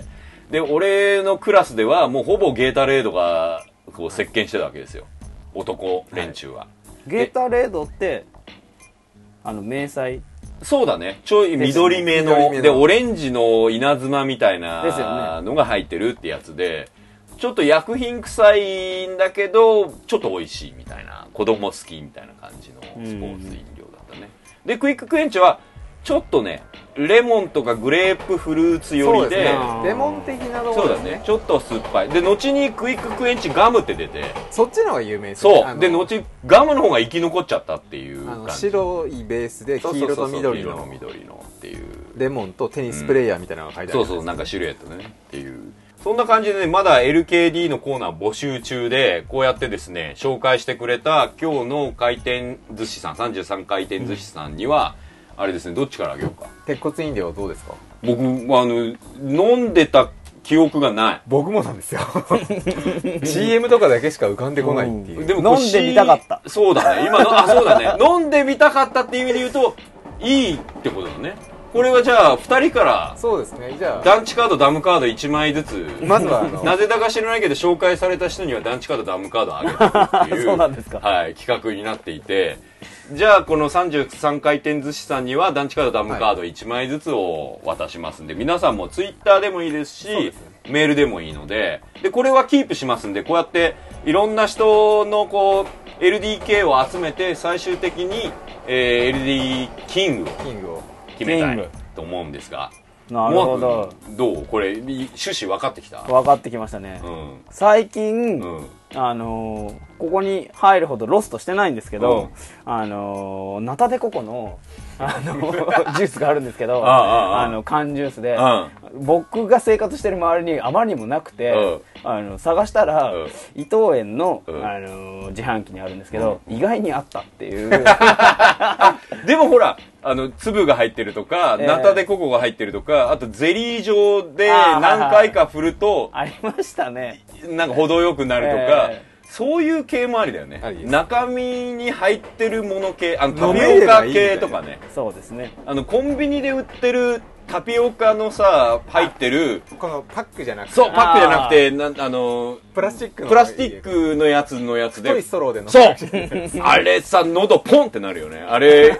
で、俺のクラスではもうほぼゲータレードが、こう、席巻してたわけですよ。男連中は。ゲータレードってあの迷彩そうだね。ちょい緑目ですの、ね緑目ので、オレンジの稲妻みたいですよなのが入ってるってやつで、ちょっと薬品臭いんだけど、ちょっと美味しいみたいな、子供好きみたいな感じのスポーツ飲料だったね。で、クイッククエンチは、ちょっとね、レモンとかグレープフルーツ寄そうりですでね、レモン的なとこそうろだね、ちょっと酸っぱい。で、後にクイッククエンチガムって出て、そっちの方が有名ですねそあう。ので、後、ガムの方が生き残っちゃったっていうあ感のじ。白いベースでそう黄そう色そとうそう緑黄色との緑のっていう。レモンとテニスプレーヤーみたいなのが書いてあるそうそうなんかシルエットねっていうそんな感じでねまだ LKD のコーナー募集中でこうやってですね紹介してくれた今日の回転寿司さん33回転寿司さんには、あれですねどっちからあげようか鉄骨飲料どうですか僕あの飲んでた記憶がな僕もなんです よ CM とかだけしか浮かんでこないっていう、いでもこう飲んでみたかったしそうだね今のあそうだね飲んでみたかったっていう意味で言うといいってことだねこれはじゃあ2人からそうですねじゃあ団地カードダムカード1枚ずつまずはあのなぜだか知らないけど紹介された人には団地カードダムカードあげるっていう そうなんですかはい、企画になっていてじゃあこの33回転寿司さんには団地カードダムカード1枚ずつを渡しますんで、皆さんもツイッターでもいいですしメールでもいいのででこれはキープしますんでこうやっていろんな人のこう LDK を集めて最終的に、えー LD キングをキングを決めたキンいグと思うんですがなるほモどア君どうこれい趣旨分かってきた分かってきましたねうん最近、うんあのーここに入るほどロストしてないんですけど、あのーナタデココの、あのー ジュースがあるんですけどああああの缶ジュースで、う僕が生活してる周りにあまりにもなくて、うあの探したら、うん伊藤園の、うんあのー自販機にあるんですけど、意外にあったっていうでもほら、あの、粒が入ってるとか、ええナタデココが入ってるとか、あとゼリー状であー何回か振ると、ありましたねなんか程よくなるとかええ、そういう系もありだよあねり。です中身に入ってるもの系、あの、タ飲ピめオれカばいいみたいな系とかね。そうですねあの、コンビニで売ってるタピオカのさ、入ってる、このパックじゃなくてそう、パックじゃなくて、なあの、プラスチックのプラスティックのやつのやつで太いストローで飲むそうあれさ喉ポンってなるよねあれ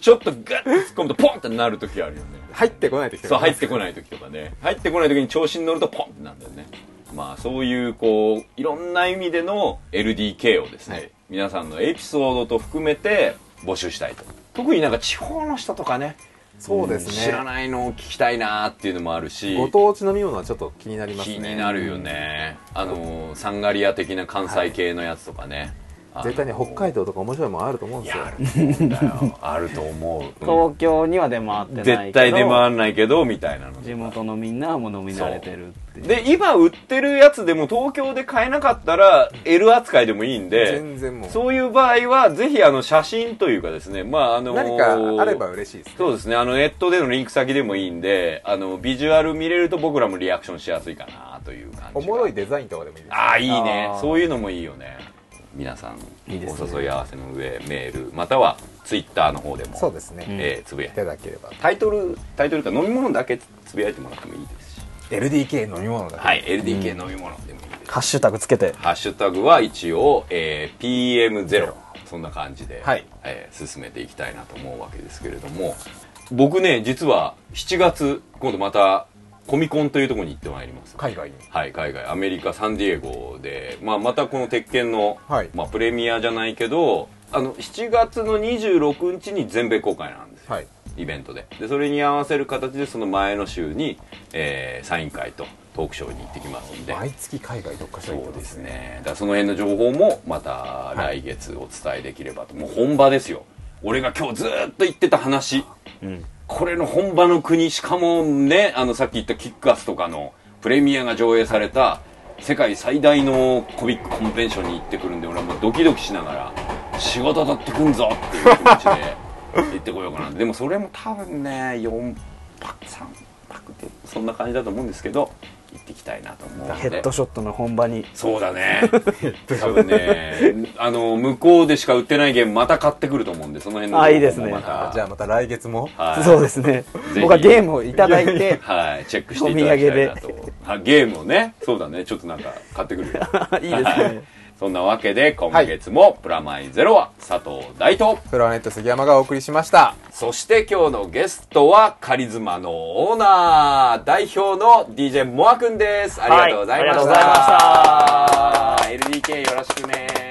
ちょっとガッて突っ込むとポンってなる時あるよね入ってこないときそう入ってこない時とかね入ってこない時に調子に乗るとポンってなるんだよねまあそういうこういろんな意味での LDK をですね、はい皆さんのエピソードと含めて募集したいと特になんか地方の人とかねそうですね、知らないのを聞きたいなっていうのもあるしご当地飲み物はちょっと気になりますね気になるよね、あのサンガリア的な関西系のやつとかね、あの絶対に北海道とか面白いもんあると思うんですよだよあると思う、うん東京には出回ってないけど絶対出回らないけどみたいなの地元のみんなはもう飲み慣れてるっていうで今売ってるやつでも東京で買えなかったら L 扱いでもいいんで全然もうそういう場合はぜひあの写真というかですねまああの何かあれば嬉しいですそうですねあのネットでのリンク先でもいいんであのビジュアル見れると僕らもリアクションしやすいかなという感じおもろいデザインとかでもいいですああいいねあーそういうのもいいよね皆さんいいですおね誘い合わせの上メールまたはツイッターの方でもそうですね、えーつぶやいいてただければタイトルタイトルか飲み物だけつぶやいてもらってもいいですし LDK 飲み物だけ、はい、LDK 飲み物でもいいです。ハッシュタグつけてハッシュタグは一応、えー PM0 そんな感じで、はいえー進めていきたいなと思うわけですけれども僕ね実は7月今度またコミコンというところに行ってまいります海外にはい海外アメリカサンディエゴで、まあ、またこの鉄拳の、はいまあ、プレミアじゃないけどあの7月の26日に全米公開なんですよ、はいイベントででそれに合わせる形でその前の週に、えーサイン会とトークショーに行ってきますんで毎月海外どっかしら行そってうまですすねねだからその辺の情報もまた来月お伝えできればと、もう本場ですよ俺が今日ずーっと言ってた話、これの本場の国しかもねあのさっき言ったキックアスとかのプレミアが上映された世界最大のコミックコンベンションに行ってくるんで俺はもうドキドキしながら仕事取ってくんぞっていう気持ちで 行ってこようかなでもそれも多分ね4パッ3パックでそんな感じだと思うんですけど行ってきたいなと思うのでヘッドショットの本場にそうだね 多分ねあの向こうでしか売ってないゲームまた買ってくると思うんでその辺のあいいですね情報もまあたじゃあまた来月もはい、そうですねひ僕はゲームをいただいてはいチェックしていただきたいなとあゲームをねそうだねちょっとなんか買ってくるよ いいですね そんなわけで今月も「プラマイゼロ」は佐藤大と、フロアネット杉山がお送りしましたそして今日のゲストはカリズマのオーナー代表の DJ モアくんですありがとうございました、はいありがとうございました LDK よろしくね